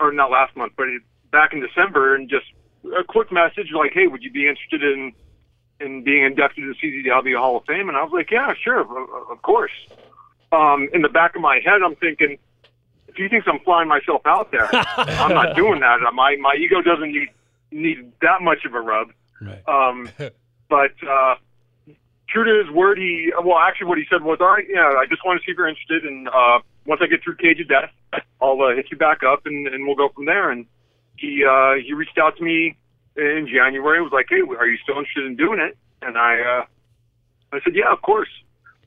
or not last month, but back in December and just a quick message like, hey, would you be interested in in being inducted to the CZW Hall of Fame? And I was like, yeah, sure, of, of course. Um, in the back of my head, I'm thinking, if he thinks I'm flying myself out there, I'm not doing that. Uh, My my ego doesn't need need that much of a rub.
Right.
Um, but uh, true to his word, he well, actually, what he said was, "All right, yeah, I just want to see if you're interested, and uh, once I get through Cage of Death, I'll uh, hit you back up, and, and we'll go from there." And he uh, he reached out to me in January. Was like, "Hey, are you still interested in doing it?" And I uh, I said, "Yeah, of course."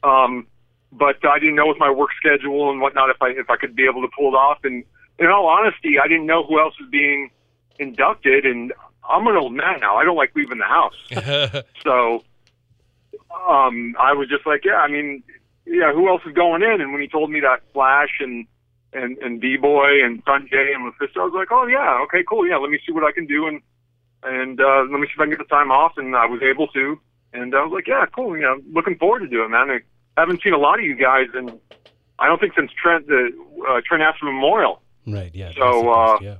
Um, but I didn't know with my work schedule and whatnot if I if I could be able to pull it off. And in all honesty, I didn't know who else was being inducted. And I'm an old man now. I don't like leaving the house. So um, I was just like, yeah, I mean, yeah, who else is going in? And when he told me that Flash and and and B Boy and Sanjay and Mephisto, I was like, oh yeah, okay, cool, yeah, let me see what I can do and and uh, let me see if I can get the time off, and I was able to, and I was like, yeah, cool, you know, looking forward to doing, it, man. I haven't seen a lot of you guys, and I don't think since Trent the uh, Trent Astor Memorial.
Right. Yeah.
So, that's the best,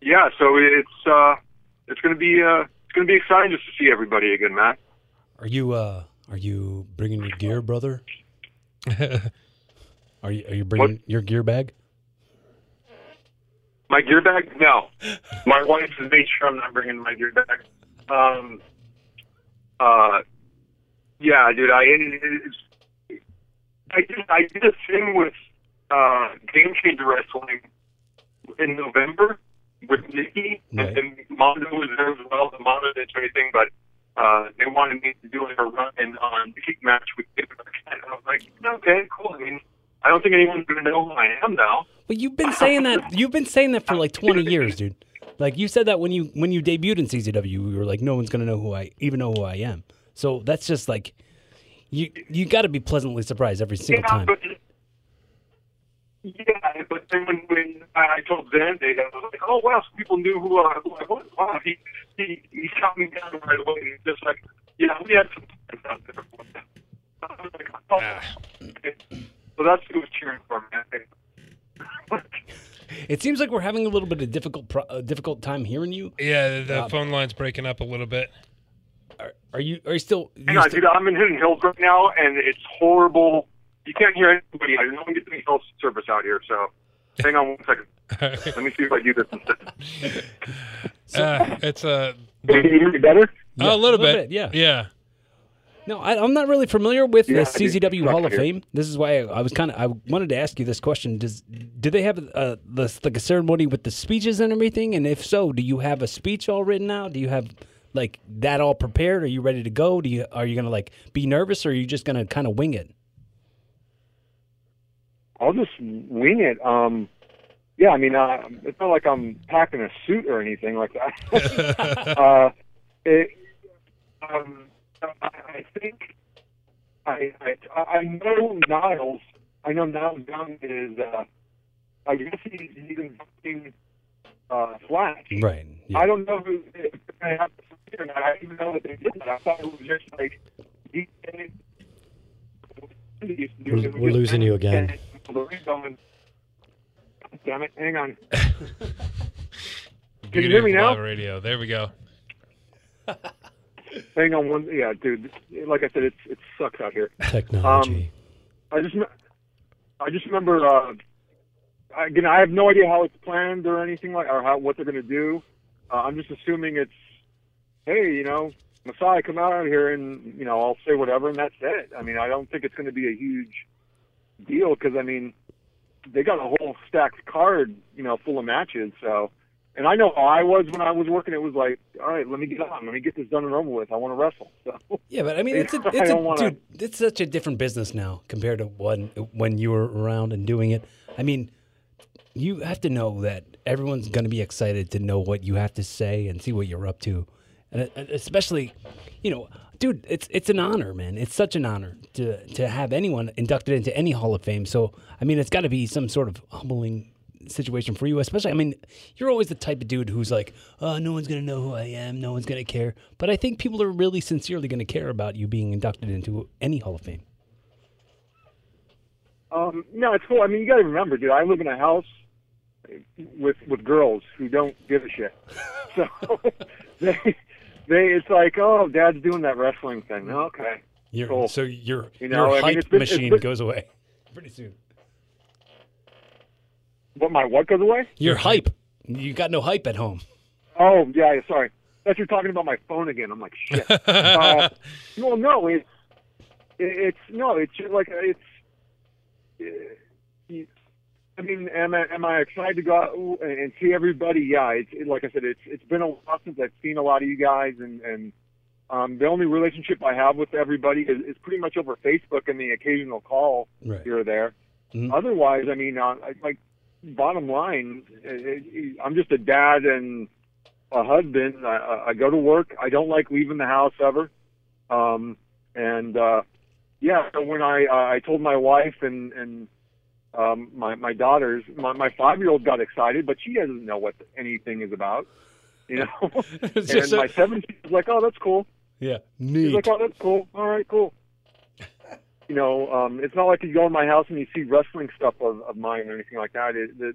Yeah, so it's uh, it's gonna be uh, it's gonna be exciting just to see everybody again, man.
Are you uh are you bringing your gear, (laughs) brother? are you are you bringing your gear bag?
My gear bag? No. My wife has made sure I'm not bringing my gear bag. Um, uh, yeah, dude. I it, it's, I did I did a thing with uh, Game Changer Wrestling in November with Nikki
Right.
and, and Mondo was there as well. The Mondo didn't do anything, but uh, they wanted me to do like a run in on the kick match with David Arquette. And I was like, okay, cool. I mean, I don't think anyone's gonna know who I am now.
Well, you've been saying that. You've been saying that for like 20 years, dude. Like you said that when you when you debuted in CZW, you were like, no one's gonna know who I even know who I am. So that's just like, you you got to be pleasantly surprised every single
Yeah,
time.
But, yeah, but then when, when I told Van Day, I was like, oh, wow, some people knew who I, who I was. Wow, he, he, he shot me down right away. He's just like, yeah, we had some fans out there. I was like, oh, okay. So that's who was cheering for me.
It seems like we're having a little bit of difficult pro- uh, difficult time hearing you.
Yeah, the, the
Uh,
phone line's breaking up a little bit.
Are, are you are you still?
Hang on, dude, I'm in Hidden Hills right now, and it's horrible. You can't hear anybody. I don't get any health service out here, so hang on one
(laughs)
second. Let me see if I do this instead.
uh, it's uh,
Can you hear me better?
a little, bit.
yeah.
Yeah.
No, I, I'm not really familiar with
Yeah,
the
I do.
CZW Hall of
Fuck you.
Fame. This is why I, I was kind of I wanted to ask you this question. Does do they have uh, this like a ceremony with the speeches and everything? And if so, do you have a speech all written out? Do you have like that all prepared? Are you ready to go? Do you are you gonna like be nervous or are you just gonna kind of wing it?
I'll just wing it. Um, yeah, I mean, uh, it's not like I'm packing a suit or anything
(laughs)
like that. (laughs) uh, it, um, I I think I, I I know Niles. I know Niles Young is. Uh, I guess he's he's invoking uh, Flash.
Right.
I don't know if it's going to happen from here, and I didn't even know that they did that. I thought it was just like he said it.
We're, we're losing you again.
Well, the reason- Damn it! Hang on. Can you
It
hear
is
me now?
live radio. There we go.
Hang on one. Yeah, dude. Like I said, it's it sucks out here.
Technology.
Um, I just me- I just remember. Uh, I- again, I have no idea how it's planned or anything like, or how what they're gonna do. Uh, I'm just assuming it's, hey, you know, Messiah, come out here and you know, I'll say whatever, and that's it. I mean, I don't think it's gonna be a huge deal because I mean, they got a whole stacked card, you know, full of matches. So, and I know how I was when I was working. It was like, all right, let me get on, let me get this done and over with. I want to wrestle. So,
Yeah, but I
(laughs)
mean, it's a,
I
it's, a
don't wanna-
dude, it's such a different business now compared to when when you were around and doing it. I mean, you have to know that everyone's going to be excited to know what you have to say and see what you're up to, and and especially, you know, dude, it's it's an honor, man. It's such an honor to to have anyone inducted into any Hall of Fame. So, I mean, it's got to be some sort of humbling situation for you especially i mean you're always the type of dude who's like oh no one's gonna know who i am no one's gonna care but i think people are really sincerely gonna care about you being inducted into any hall of fame
um, no, it's cool. I mean, you got to remember, dude, I live in a house with with girls who don't give
(laughs)
a shit. So (laughs) they they it's like, oh, dad's doing that wrestling thing. Okay.
Your-
cool.
Mm-hmm. so your
You know,
your
I mean,
hype
it's been- it's
machine
been-
goes away pretty soon
What my what goes away?
your hype you got no hype at home
Oh yeah, yeah, sorry. That you're talking about my phone again. I'm like shit.
(laughs)
uh, well, no, it's it, it's no, it's just like it's. uh, I mean, am I am I excited to go out and and see everybody? Yeah, it's it, like I said, it's it's been a while since I've seen a lot of you guys, and and um, the only relationship I have with everybody is, is pretty much over Facebook and the occasional call
Right.
here or there.
Mhm.
Otherwise, I mean, uh, I- like bottom line, it, it, I'm just a dad and a husband. I- I, I go to work. I don't like leaving the house ever. Um, and uh, yeah, so when I uh, I told my wife and and um, my my daughters, my my five year old got excited, but she doesn't know what anything is about. You know,
(laughs)
and
just
(laughs)
my
a-
seven was like, "Oh, that's cool."
yeah
She's like, oh, that's cool. All right, cool. You know, um, it's not like you go in my house and you see wrestling stuff of, of mine or anything like that. It, it,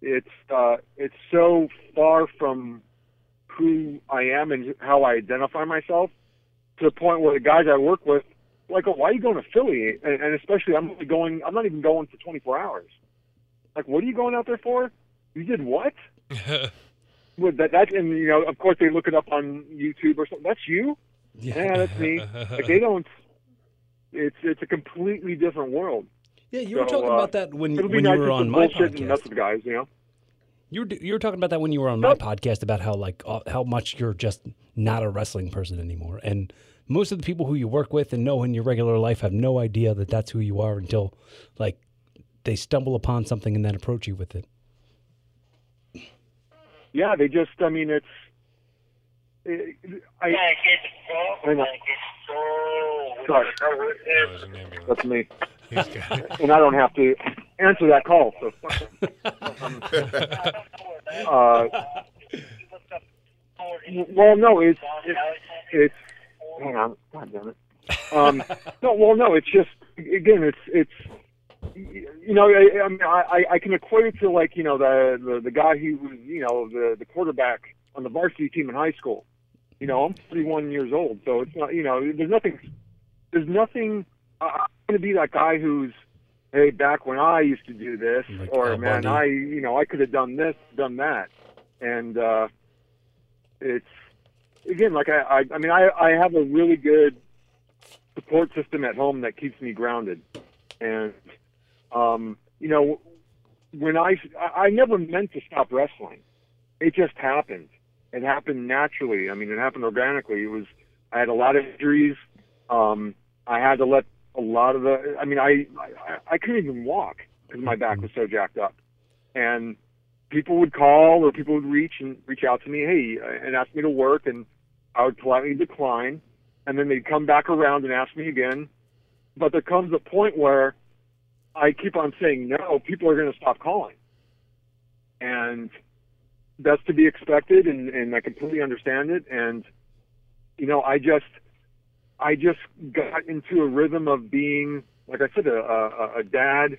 it's uh, it's so far from who I am and how I identify myself to the point where the guys I work with, like, oh, why are you going to Philly? And, and especially, I'm only going. I'm not even going for 24 hours. Like, what are you going out there for? You did what? Well, that, that, and you know, of course, they look it up on YouTube or something. That's you. Yeah,
(laughs)
that's me. like they don't. It's it's a completely different world. uh,
Yeah, you were talking about that when-
it'll be
when you
nice
were
if
on
the
my
bullshit
podcast.
And that's the guys, you know.
You were, you were talking about that when you were on my podcast about how like uh, how much you're just not a wrestling person anymore, and most of the people who you work with and know in your regular life have no idea that that's who you are until like they stumble upon something and then approach you with it.
Yeah, they just. I mean, it's. It, I. Hang on. Sorry. That's me. (laughs) and I don't have to answer that call. So. fuck it. uh, well, no, it's it's, it's hang on, god damn it. Um, no, well, no, it's just again, it's it's you know, I, I mean, I, I can equate it to like you know the, the the guy who was you know the the quarterback on the varsity team in high school. You know, I'm 31 years old, so it's not you know there's nothing there's nothing. I I'm going to be that guy who's hey back when I used to do this or
Al
man
Bundy.
I you know I could have done this done that and uh, it's again like I, I I mean I I have a really good support system at home that keeps me grounded and um, you know, when I, I I never meant to stop wrestling. It just happened. It happened naturally. I mean, it happened organically. It was, I had a lot of injuries. Um, I had to let a lot of the, I mean, I, I, I couldn't even walk because my back was so jacked up. And people would call or people would reach and reach out to me, Hey, and ask me to work. And I would politely decline. And then they'd come back around and ask me again. But there comes a point where I keep on saying no, people are going to stop calling. And that's to be expected, and, and I completely understand it. And, you know, I just, I just got into a rhythm of being, like I said, a, a, a dad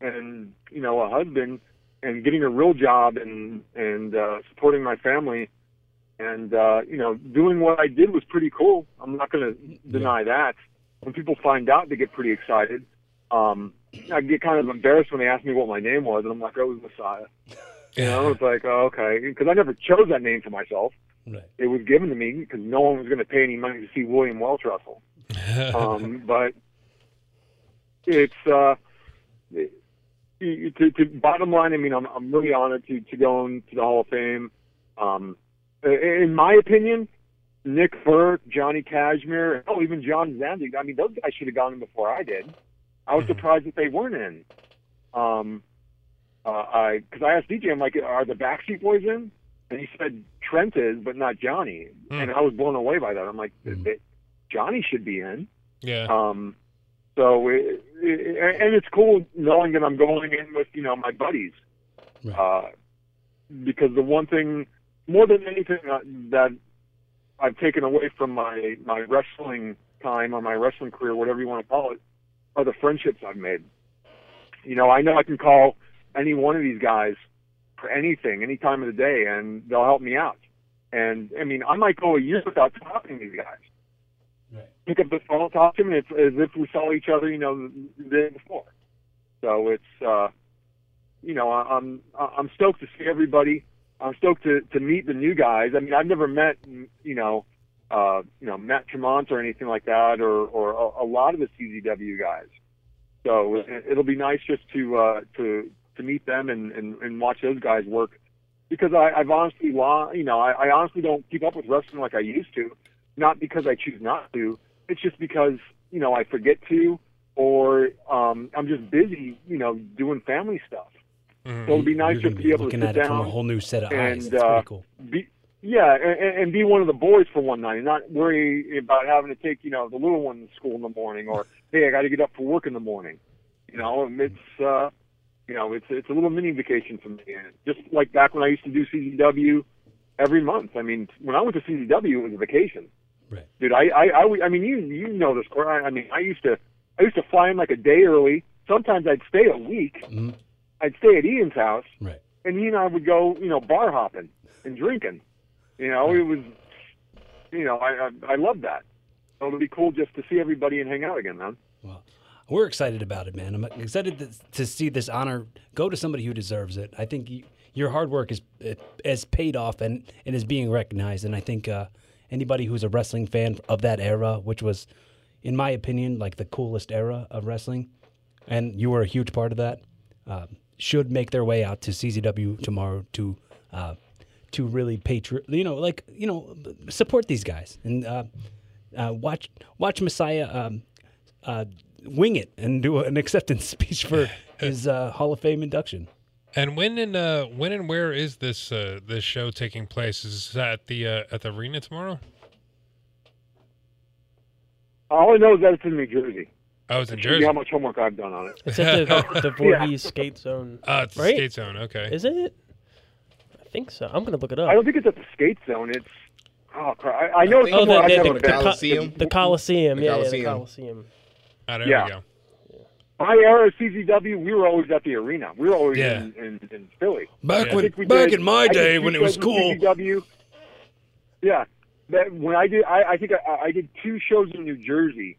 and, you know, a husband and getting a real job and, and, uh, supporting my family. And, uh, you know, doing what I did was pretty cool. I'm not going to deny that. When people find out, they get pretty excited um, I get kind of embarrassed when they ask me what my name was, and I'm like, oh, it was Messiah. You know, it's like, oh, okay, because I never chose that name for myself.
Right.
It was given to me because no one was going to pay any money to see William Welch wrestle. Um, but it's uh, it- you- to, to bottom line. I mean, I'm I'm really honored to to go into the Hall of Fame. Um, i- in my opinion, Nick Burke, Johnny Cashmere, oh, even John Zandig. I mean, those guys should have gone in before I did. I was surprised that they weren't in. Um, uh, I because I asked DJ, I'm like, are the Backstreet Boys in? And he said Trent is, but not Johnny. And I was blown away by that. I'm like, "They- Johnny should be in.
Yeah.
Um, so it, it, and it's cool knowing that I'm going in with you know my buddies, uh, because the one thing more than anything uh, that I've taken away from my my wrestling time or my wrestling career, whatever you want to call it, are the friendships I've made. You know, I know I can call any one of these guys for anything, any time of the day, and they'll help me out. And I mean, I might go a year without talking to these guys pick up the phone, talk to him, and it's as if we saw each other, you know, the day before. So it's, uh, you know, I- I'm I'm stoked to see everybody. I'm stoked to to meet the new guys. I mean, I've never met, you know, uh, you know, Matt Tremont or anything like that, or or a, a lot of the CZW guys. So it, it'll be nice just to uh, to to meet them and, and and watch those guys work. Because I, I've honestly, lo- you know, I, I honestly don't keep up with wrestling like I used to. Not because I choose not to, it's just because you know I forget to, or um, I'm just busy, you know, doing family stuff.
Mm-hmm.
So it'd be nice just to be able
looking
to
at
sit
it
down
from a whole new set of eyes.
and
That's
uh,
pretty cool.
be, yeah, and, and be one of the boys for one night, and not worry about having to take you know the little one to school in the morning, or hey, I got to get up for work in the morning. You know, and it's uh, you know it's it's a little mini vacation for me, and just like back when I used to do CZW every month. I mean, when I went to CZW, it was a vacation. Right. Dude, I I, I, would- I mean you you know this, Corey. I, I mean I used to I used to fly in like a day early. Sometimes I'd stay a week. I'd stay at Ian's house,
Right.
and he and I would go, you know, bar hopping and drinking. You know, it was, you know, I I, I love that. So it'll be cool just to see everybody and hang out again, man.
We're excited about it, man. I'm excited to, to see this honor go to somebody who deserves it. I think you, your hard work is is paid off and, and is being recognized. And I think uh, anybody who's a wrestling fan of that era, which was, in my opinion, like the coolest era of wrestling, and you were a huge part of that, uh, should make their way out to CZW tomorrow to. Uh, to really patri- you know, like you know, support these guys and uh, uh, watch watch Messiah um, uh, wing it and do an acceptance (laughs) speech for his uh, Hall of Fame induction.
And when and uh, when and where is this uh, this show taking place? Is it at the uh, at the arena tomorrow?
All I know is that it's in New Jersey.
Oh, it's in
It shows you
Jersey.
How much homework I've done on it?
It's at the, the Voorhees skate zone.
Oh, it's the
right?
skate zone, okay.
Isn't it? I think so. I'm gonna look it up.
I don't think it's at the skate zone. It's oh crap. I, I know it's
oh,
somewhere
the,
I've
the,
never
the,
been.
the, Coliseum. The Coliseum.
The
yeah, yeah, the
Coliseum.
Coliseum.
Ah,
there we Yeah. go. My era of CZW, we were always at the arena. We were always
Yeah.
in, in, in Philly.
Back
I
when-
think we
back
did-
in my
I did
day
two
when it was
shows with
cool.
CZW. Yeah, that, when I did, I, I think I, I did two shows in New Jersey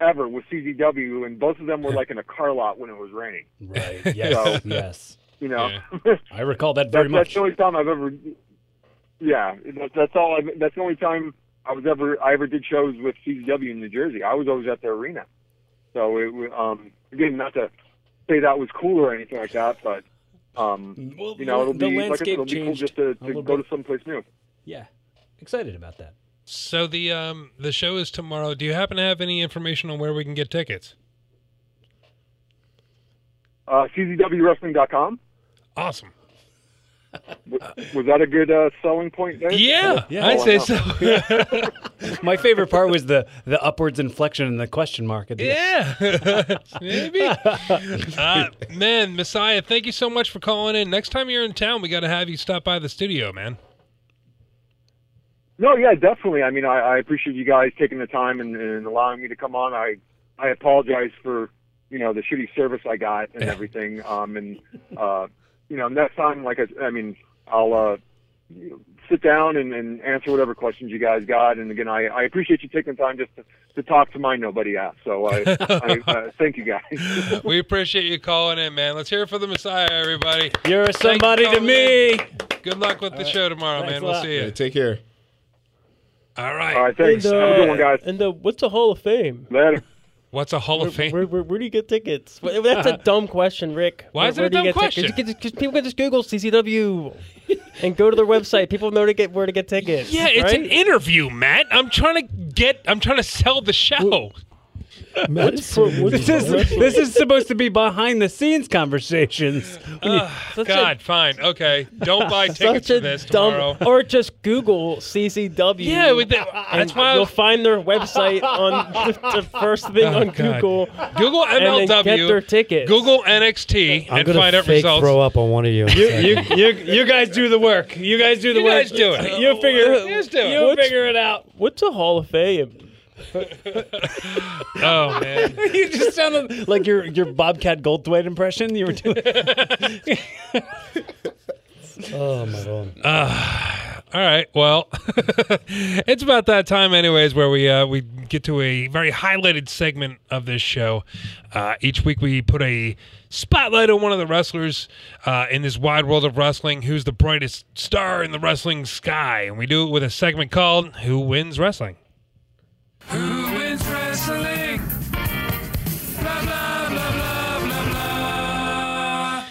ever with CZW, and both of them were like in a car lot when it was raining.
(laughs)
Right. Yes. yes.
You know, (laughs)
I recall that very
that's, That's
much.
the only time I've ever. Yeah, that's, that's all. I, that's the only time I was ever. I ever did shows with CZW in New Jersey. I was always at the arena. So it, wa- um, again, not to say that was cool or anything like that, but um, you know, it'll
the
be like I said,
landscape
it'll be cool
changed
just to,
a
to
little
go
bit.
to someplace new.
Yeah, excited about that.
So the um the show is tomorrow. Do you happen to have any information on where we can get tickets?
Uh, CZWWrestling.com.
Awesome.
Was, was that a good uh, selling point there?
Yeah,
Oh,
I'd say
wow.
so.
(laughs) My favorite part was the the upwards inflection and the question mark at the end.
Yeah, (laughs) maybe. Uh, man, Messiah, thank you so much for calling in. Next time you're in town, we got to have you stop by the studio, man.
No, yeah, definitely. I mean, I, I appreciate you guys taking the time and, and allowing me to come on. I I apologize for you know the shitty service I got and everything. Um, and uh, you know, next time, like I, I mean, I'll uh, you know, sit down and, and answer whatever questions you guys got. And again, I, I appreciate you taking the time just to, to talk to my nobody ass. So I,
(laughs)
I uh, thank you guys. (laughs)
We appreciate you calling in, man. Let's hear it for the Messiah, everybody.
You're
Thanks for
somebody to
calling
me.
in. Good luck with the show tomorrow,
Thanks
man.
a
We'll
lot.
see you.
Yeah, take care.
All right.
All right, thanks.
And,
Have a good one,
uh,
guys.
And the, what's the Hall of Fame?
Later.
What's a Hall of Fame?
Where, where, where do you get tickets? Well, That's a dumb question, Rick.
Why
where,
is it
where
a
do you
dumb
get tickets?
question?
You can- 'cause people can just Google CCW and go to their website. People know to get where to get tickets.
yeah, it's
right?
an interview, Matt. I'm trying to get. I'm trying to sell the show.
Matt's
This is this is supposed to be behind the scenes conversations.
Such a
God, fine, okay. Don't buy
(laughs)
tickets
Such
for
a
this tomorrow.
dumb, (laughs) or just Google CCW.
Yeah,
(laughs)
with the-
and
that's why I
you'll
was-
find their website on (laughs) the first thing
Oh,
on
God.
Google. (laughs)
Google MLW.
then get their tickets.
Google NXT
I'm
and
gonna
find out
fake
results.
throw up on one of you. in a second.
you, you you guys do the work. You guys do the
You
work.
guys do it.
You figure.
You guys do it.
You
What's-
figure it out.
What's a Hall of Fame?
Oh man.
you just sounded like your your Bobcat Goldthwait impression you were doing.
oh my god.
All right. Well, (laughs) it's about that time, anyways, where we uh, we get to a very highlighted segment of this show. Uh, each week, we put a spotlight on one of the wrestlers uh, in this wide world of wrestling, who's the brightest star in the wrestling sky, and we do it with a segment called "Who Wins Wrestling." Who wins wrestling? Blah blah blah blah blah blah.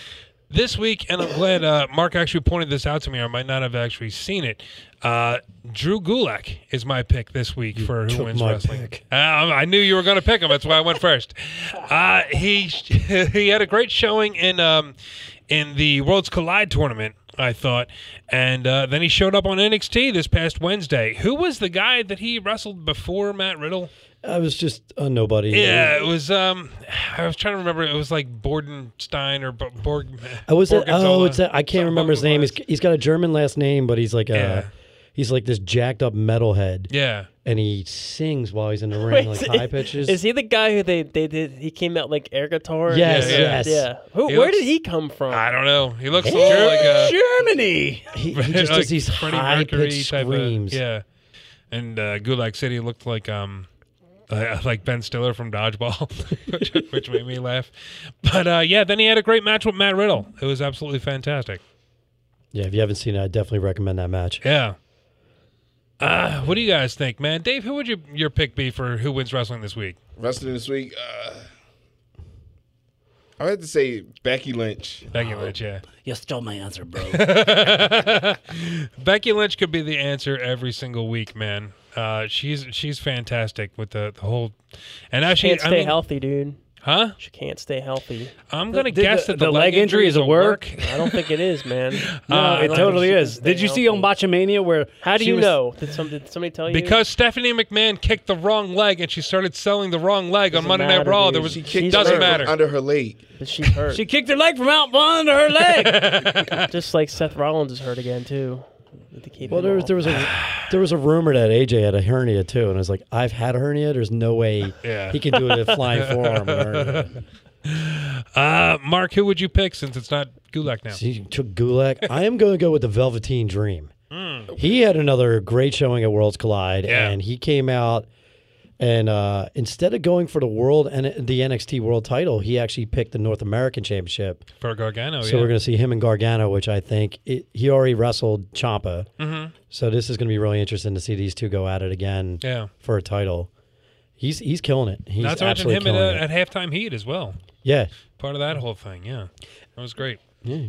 This week, and I'm glad uh, Mark actually pointed this out to me. or I might not have actually seen it. Uh, Drew Gulak is my pick this week for who
took
wins
my
wrestling.
pick.
Uh, I I knew you were going to pick him. That's why I went first. Uh, he (laughs) he had a great showing in um, in the Worlds Collide tournament, I thought, and uh, then he showed up on NXT this past Wednesday. Who was the guy that he wrestled before Matt Riddle?
I was just a nobody.
Yeah, it was. Um, (sighs) I was trying to remember. It was like Bordenstein or Bo- Borg.
I was at, oh,
Borgonzola.
it's that, I can't
Something
remember his
along
name.
those
He's, he's got a German last name, but he's like a
Yeah.
he's like this jacked up metalhead,
Yeah.
and he sings while he's
(laughs)
in the
Wait,
ring
is-
like high pitches.
Is he the guy who they, they did? He came out like air guitar.
Yes,
yeah,
yes.
yeah. Who,
He
where
looks-
did he come from?
I don't know. He looks a little (laughs) like a
Germany.
He, he
(laughs)
just
like
does these
Freddie
high
Mercury
pitched
type of-
screams.
yeah. And uh, Gulag City looked like um uh, (laughs) like Ben Stiller from Dodgeball, (laughs) which, which made me laugh. But uh, yeah, then he had a great match with Matt Riddle. It was absolutely fantastic.
Yeah, if you haven't seen it, I definitely recommend that match.
Yeah. Uh, what do you guys think, man? Dave, who would your your pick be for who wins wrestling this week?
Wrestling this week, uh, I have to say Becky Lynch.
Becky Lynch, yeah.
You stole my answer, bro.
Becky Lynch could be the answer every single week, man. Uh, she's she's fantastic with the, the whole, and now she
can't
I
stay
mean-
healthy, dude.
Huh?
She can't stay healthy.
I'm gonna guess that the, leg, injury is a
a
work.
I don't think it is, man.
No, it totally is. Did you see on Botchamania where?
How do
she
you
was-
know? Did, some, did somebody tell you?
Because Stephanie McMahon kicked the wrong leg and she started selling the wrong leg on
Doesn't
Monday Night
matter,
Raw.
dude.
There was
She
kicked
doesn't
her
matter.
under her leg.
But she's hurt.
She kicked her leg from out from under her leg.
(laughs) Just like Seth Rollins is hurt again too. With the cable
Well, there was
ball.
there was a there was a rumor that AJ had a hernia too, and I was like, I've had a hernia. There's no way
Yeah.
he can do it with a
(laughs)
flying forearm. or hernia.
Uh, Mark, who would you pick since it's not Gulak now?
See, you took Gulak. I am going to go with the Velveteen Dream. He had another great showing at Worlds Collide,
Yeah.
and he came out and uh, instead of going for the world and the NXT World Title, he actually picked the North American Championship.
For Gargano,
So
Oh, yeah.
we're going to see him and Gargano, which I think it, he already wrestled Champa. So this is going to be really interesting to see these two go at it again
Mm-hmm. Yeah.
for a title. He's he's killing it. He's
not to mention
absolutely
him at,
killing
uh,
it.
at halftime heat as well.
yeah,
Part of that whole thing, yeah. That was great.
Yeah.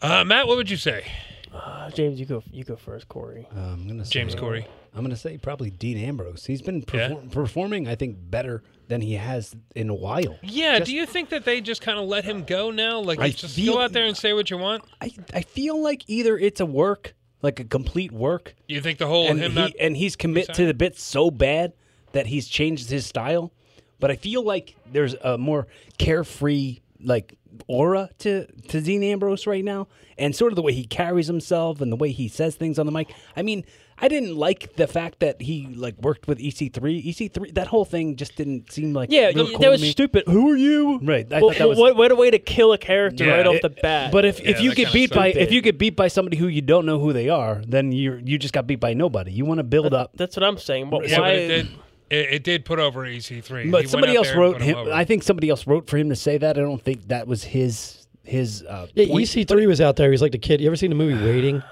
Uh, Matt, what would you say?
Uh, James, you go. You go first, Corey.
Uh,
I'm gonna say,
James Corey.
I'm gonna say probably Dean Ambrose. He's been
Yeah.
perform- performing, I think, better than he has in a while.
Yeah, do you think that they just kind of let him go now? Like,
I
just
feel-
go out there and say what you want?
I, I feel like either it's a work, like a complete work,
You think the whole
and
him
he,
not.
and he's commit to
resigning?
the bit so bad that he's changed his style. But I feel like there's a more carefree like aura to to Dean Ambrose right now, and sort of the way he carries himself and the way he says things on the mic. I mean, I didn't like the fact that he like worked with E EC3. EC3 that whole thing just didn't seem like
Yeah,
real
y-
cool
that
to
was
me.
stupid. Who are you?
Right, I
Well,
thought that was-
what, what a way to kill a character
Yeah.
right off
It-
the bat.
But if, if
Yeah,
you
that
get
kinda
beat by
stupid.
if you get beat by somebody who you don't know who they are, then you you just got beat by nobody. You want to build up.
uh, that's what I'm saying. But
Yeah,
why?
but it did, it, it did put over EC3. He
But
went
somebody
out
else
there and
wrote
put him.
him.
over.
I think somebody else wrote for him to say that. I don't think that was his his. Uh,
yeah.
point.
EC3 was out there. He's like the kid. You ever seen the movie Waiting?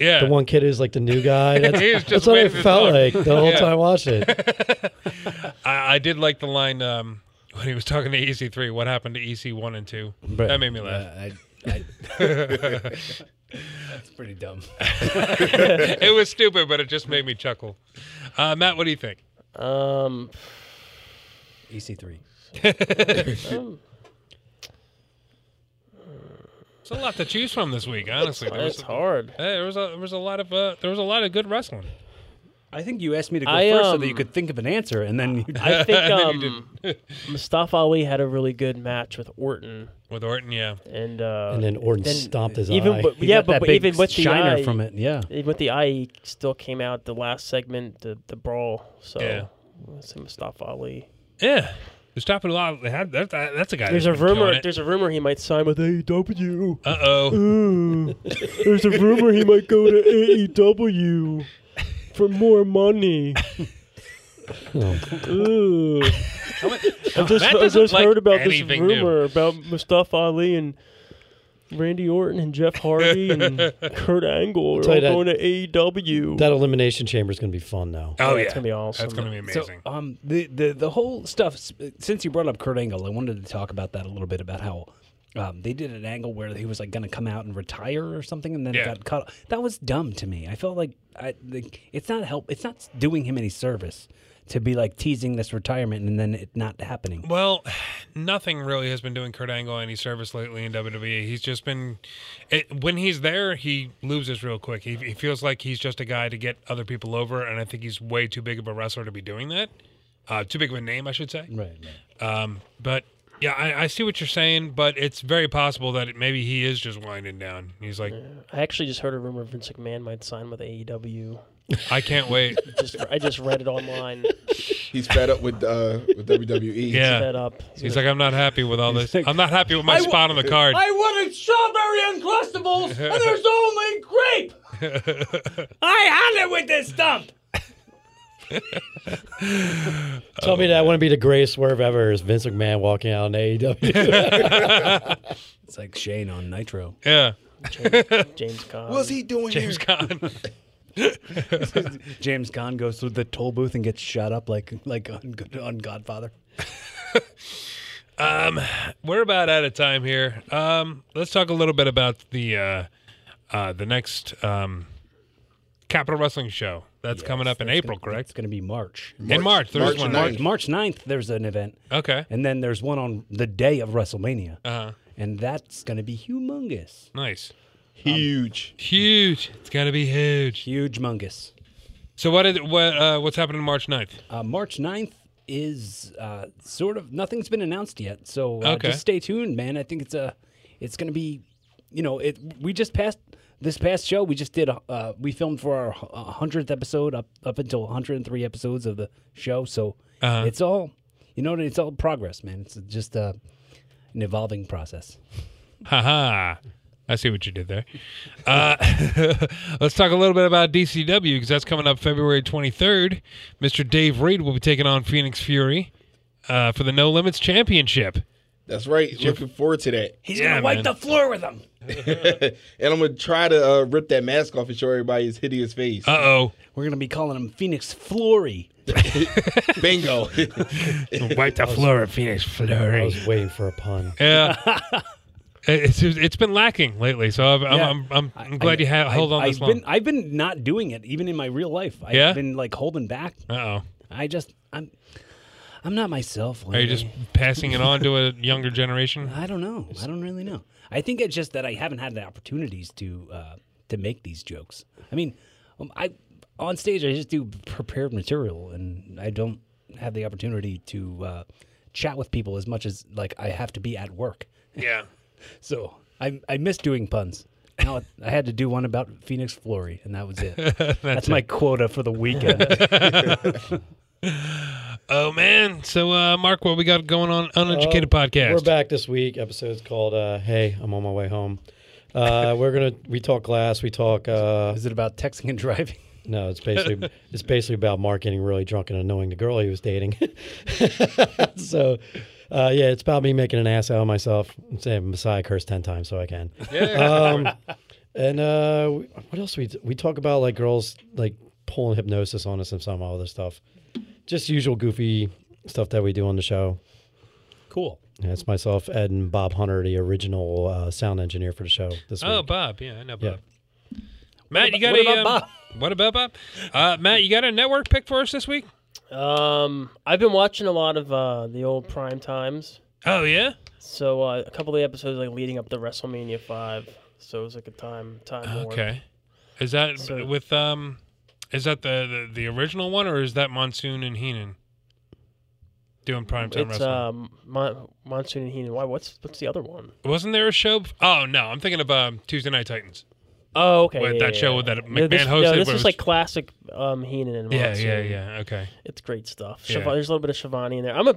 yeah.
The one kid who's like the new
(laughs)
guy. That's,
He was just
that's what I
waiting to
felt
talk.
like the whole
Yeah.
time watching
(laughs)
it.
I, I did like the line um, (laughs) when he was talking to EC3. What happened to EC1 and 2? That made me
Uh, (laughs)
laugh.
I, I, that's pretty (laughs) dumb.
(laughs) it was stupid, but it just made me chuckle. Uh, Matt, what do you think?
um,
EC3.
It's a lot to choose from this week, honestly. There was,
it's
a-
hard.
(laughs) eh, there was a there was a lot of uh, there was a lot of good wrestling.
I think you asked me to go
I,
first so that you
um,
could (laughs) think of an answer, and then (laughs) you,
I
(laughs)
think um, Mustafa Ali had a really good match with Orton,
With Orton, yeah.
and uh,
And then Orton
then
stomped his
even
eye.
but-
(laughs) he
yeah,
got
but,
that
but
big
even with the
shiner
eye,
from it. Yeah,
even with the eye, he still came out the last segment, the the brawl. So
Yeah.
let's say Mustafa Ali.
Yeah. Mustafa Ali, that, that, that's a guy.
There's a rumor. There's a rumor he might sign with AEW.
Uh oh.
Hmm. There's a rumor he might go to AEW for more money. Ooh. I just,
Matt
I
doesn't
just
like
heard about this
anything new.
rumor about Mustafa Ali and Randy Orton and Jeff Hardy and
(laughs)
Kurt Angle are
Tell
all
you that-
going to E AEW.
That elimination chamber is going to be fun now.
Yeah,
Oh, yeah.
it's gonna be awesome.
That's going to be
So,
amazing.
um, the, the the whole stuff. s- Since you brought up Kurt Angle, I wanted to talk about that a little bit about how um, they did an angle where he was like going to come out and retire or something, and then
Yeah.
it got cut. That was dumb to me. I felt like I like, it's not help. It's not doing him any service to be like teasing this retirement and then it not (laughs) happening.
Well, nothing really has been doing Kurt Angle any service lately in WWE. He's just been, it, when he's there, he loses real quick. He, he feels like he's just a guy to get other people over, and I think he's way too big of a wrestler to be doing that. Uh, too big of a name, I should say.
Right.
Um, but yeah, I, I see what you're saying, but it's very possible that it, maybe he is just winding down. He's like,
I actually just heard a rumor Vince McMahon might sign with AEW.
I can't wait.
Just I just read it online.
He's fed up with uh,
(laughs)
with WWE.
Yeah.
Fed up. He's
He's like, I'm not happy with all this. I'm not happy with my spot on the card.
I wanted strawberry uncrustables, and there's only grape. I had it with this stump.
Tell me that wouldn't be the greatest swerve ever is Vince E
(laughs)
McMahon walking out on AEW.
It's like Shane on Nitro. (laughs)
Yeah.
James, James Conn.
What's he doing James here?
Conn.
James Conn goes through the toll booth and gets shot up like like on, on Godfather.
Um, we're about out of time here. Um, let's talk a little bit about the uh, uh, the next um, Capital Wrestling show that's coming up in April, correct?
It's going to be March.
In March, there's
March
one.
9th. March 9th, there's an event.
Okay.
And then there's one on the day of WrestleMania.
Uh-huh.
And that's going to be humongous.
Nice. Um,
Huge.
huge. It's going to be huge.
Huge mungus.
So what did what uh, what's happening March 9th?
Uh, March 9th is uh, sort of nothing's been announced yet, so uh,
Okay.
just stay tuned, man. I think it's a it's going to be, you know, it. We just passed this past show. We just did. Uh, we filmed for our uh, hundredth episode up up until 103 episodes of the show. So
Uh-huh.
it's all, you know, it's all progress, man. It's just uh, an evolving process.
Haha. I see what you did there. Uh, (laughs) let's talk a little bit about DCW because that's coming up February 23rd. Mr. Dave Reed will be taking on Phoenix Fury uh, for the No Limits Championship.
That's right. Looking forward to that.
He's
Yeah,
gonna wipe
man.
the floor with him.
and I'm gonna try to uh, rip that mask off and show everybody his hideous face.
Uh oh.
We're gonna be calling him Phoenix Flory.
(laughs)
Bingo. Uh,
Wipe the floor of Phoenix
I
Fury.
was waiting for a pun.
(laughs)
Yeah. It's, it's been lacking lately, so I've,
Yeah.
I'm, I'm, I'm,
I-
I'm glad you ha- held
I-
on this
I've
long.
Been, I've been not doing it even in my real life. I've
Yeah?
been like holding back.
Uh oh.
I just I'm I'm not myself.
Are you
Lately. (laughs)
just passing it on to a younger generation?
I don't know. I don't really know. I think it's just that I haven't had the opportunities to uh, to make these jokes. I mean, um, I on stage I just do prepared material, and I don't have the opportunity to uh, chat with people as much as like I have to be at work. (laughs)
Yeah.
So I I miss doing puns. Now I had to do one about Phoenix Flory, and that was
(laughs)
it. That's, my quota for the weekend.
Oh man. So uh, Mark, what we got going on? Uneducated
Uh,
podcast.
We're back this week. Episode's called uh, "Hey, I'm on my way home." Uh, we're gonna we talk glass. We talk. Uh,
Is it about texting and driving?
no, it's basically it's basically about Mark getting really drunk and annoying the girl he was dating. (laughs) so, uh, yeah, it's about me making an ass out of myself. I'm saying Messiah curse ten times so I can. Um, and uh, we- what else we we talk about? Like girls like pulling hypnosis on us and some other stuff. Just usual goofy stuff that we do on the show.
Cool.
That's myself, Ed, and Bob Hunter, the original uh, sound engineer for the show this
Oh,
week.
Bob. Yeah, I know
Yeah.
Bob. Matt, you got
what
a
about
um,
Bob?
what about Bob? Uh, Matt, you got a network pick for us this week?
Um, I've been watching a lot of uh, the old prime times.
Oh yeah.
So uh, a couple of the episodes like leading up to WrestleMania five. So it was like a time time warp.
Okay. Is that with um? Is that the, the the original one or is that Monsoon and Heenan doing primetime
It's
uh,
wrestling?
um Mon- Monsoon and Heenan. Why? What's what's the other one?
Wasn't there a show? bef- Oh no, I'm thinking of um, Tuesday Night Titans.
Oh, okay.
With
yeah,
that
yeah,
show
yeah.
with that
No, this,
McMahon
no,
hosted,
this
but it
is
was-
like classic um, Heenan and
Yeah,
Monsoon.
yeah, yeah. Okay.
It's great stuff.
Yeah.
Schiavo- there's a little bit of Shivani in there. I'm a,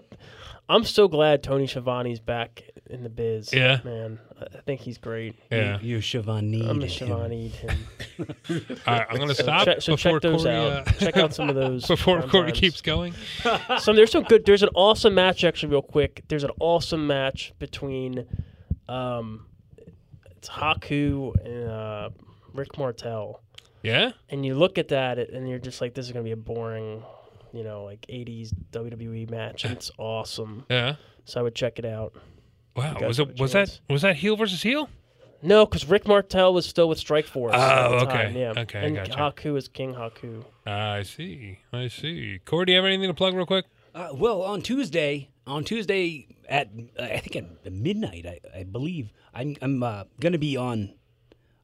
I'm so glad Tony Schiavone's back in the biz.
Yeah.
man, I I think he's great.
Yeah.
You Shivani.
I'm a Shivani him.
All right, I'm gonna stop
Check- so
before
check those
Corey,
out.
uh,
check
(laughs)
out some of those
before
prime
Corey
times.
keeps going.
Some there's some good. There's an awesome match actually, real quick. There's an awesome match between, um, it's Haku and uh, Rick Martel,
Yeah.
and you look at that and you're just like, this is gonna be a boring, you know, like '80s WWE E match. And it's awesome.
Yeah.
So I would check it out.
Wow.
guys
Was
have
it
a
was that
chance.
was that heel versus heel?
No, because Rick Martel was still with Strikeforce. at
Oh,
the
okay.
time, Yeah.
Okay, I
And
gotcha.
Haku is King Haku.
I see. I see. Corey, do you have anything to plug real quick?
Uh, well, on Tuesday, on Tuesday at uh, I think at midnight, I, I believe I'm I'm uh, gonna be on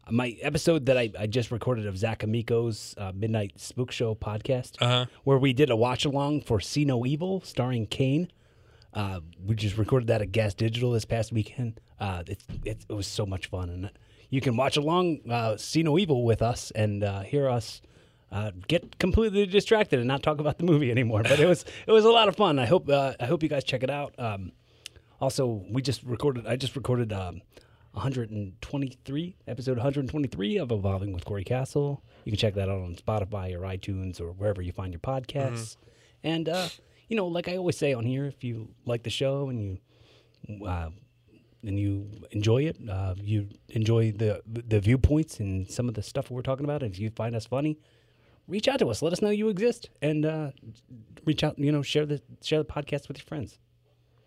my episode that I, I just recorded of Zach Amico's uh, Midnight Spook Show podcast,
Uh-huh.
where we did a watch along for See No Evil, starring Kane. Uh, we just recorded that at Gas Digital this past weekend. Uh, it, it, it was so much fun, and you can watch along uh, See No Evil with us and uh, hear us uh, get completely distracted and not talk about the movie anymore. But it was it was a lot of fun. I hope uh, I hope you guys check it out. Um, also, we just recorded. I just recorded um, 123 episode 123 of Evolving with Corey Castle. You can check that out on Spotify or iTunes or wherever you find your podcasts. And uh, you know, like I always say on here, if you like the show and you uh, and you enjoy it, uh, you enjoy the the viewpoints and some of the stuff we're talking about, and if you find us funny, reach out to us. Let us know you exist, and uh, reach out. You know, share the share the podcast with your friends.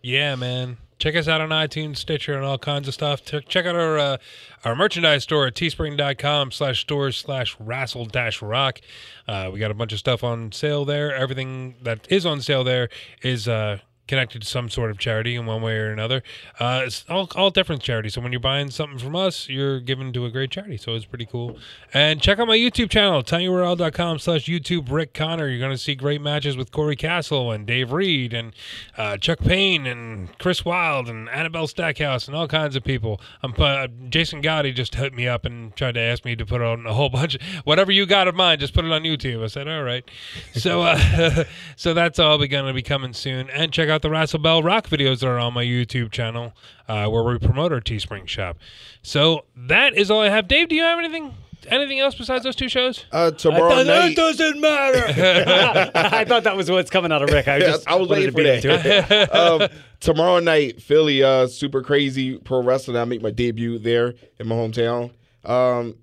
Yeah, man. Check us out on iTunes, Stitcher, and all kinds of stuff. T- Check out our uh, our merchandise store at teespring.com slash stores slash rassle dash rock. Uh, we got a bunch of stuff on sale there. Everything that is on sale there is uh, connected to some sort of charity in one way or another. Uh, it's all, all different charities. So when you're buying something from us, you're giving to a great charity. So it's pretty cool. And check out my YouTube channel, tinyurl.com slash YouTube Rick Connor. You're going to see great matches with Corey Castle and Dave Reed and uh, Chuck Payne and Chris Wilde and Annabelle Stackhouse and all kinds of people. I'm pu- uh, Jason Gotti just hit me up and tried to ask me to put on a whole (laughs) bunch. Of, whatever you got of mine, just put it on YouTube. I said, all right. So, uh, (laughs) so that's all going to be coming soon. And check out the Razzle Bell Rock videos that are on my YouTube channel uh, where we promote our Teespring shop. So that is all I have. Dave, do you have anything? Anything else besides those two shows?
Uh, tomorrow
"Oh,
night.
doesn't matter.
I thought that was what's coming out of Rick. I
Yeah,
just
I was
wanted
waiting
to beat him
for
to it.
that. um, tomorrow night, Philly, uh, super crazy pro wrestling. I make my debut there in my hometown. Um,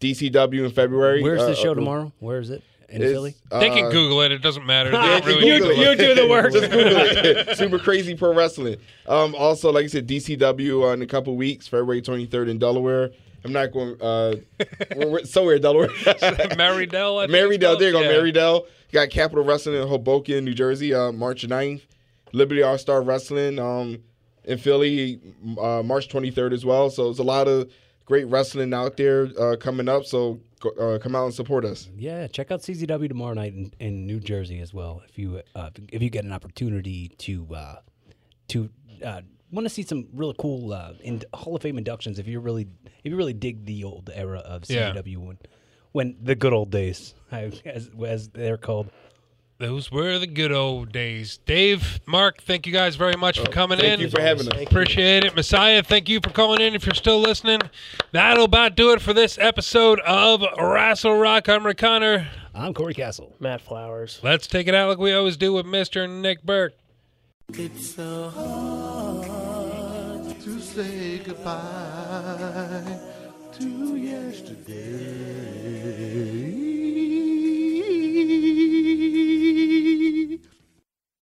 DCW in February.
Where's
Uh,
the show
uh,
tomorrow? Where is it? In
it's,
Philly.
uh,
they can Google it. It doesn't matter. They
Yeah,
don't
just
really
Google
Google
it.
it.
do the work.
Just Google it. (laughs) Super crazy pro wrestling. Um, also, like I said, DCW uh, in a couple weeks, February 23rd in Delaware. I'm not going. Uh, we're- we're somewhere in Delaware.
Marydale. I think it's
Marydale.
called.
There you go.
Yeah.
Marydale. Got Capital Wrestling in Hoboken, New Jersey, uh, March 9th. Liberty All Star Wrestling um, in Philly, uh, March 23rd as well. So it's a lot of great wrestling out there uh, coming up. So go- uh, come out and support us.
Yeah, check out CZW tomorrow night in, in New Jersey as well. If you uh, if you get an opportunity to uh, to uh, want to see some really cool uh, in Hall of Fame inductions, if you really if you really dig the old era of
Yeah.
CZW when when the good old days (laughs) I- as as they're called.
Those were the good old days. Dave, Mark, thank you guys very much for coming
Oh, thank
in.
you for having us. Thank
Appreciate it. Messiah, thank you for calling in. If you're still listening, that'll about do it for this episode of Wrestle Rock. I'm Rick Connor.
I'm Corey Castle.
Matt Flowers.
Let's take it out like we always do with Mr. Nick Burke.
It's so hard to say goodbye to yesterday.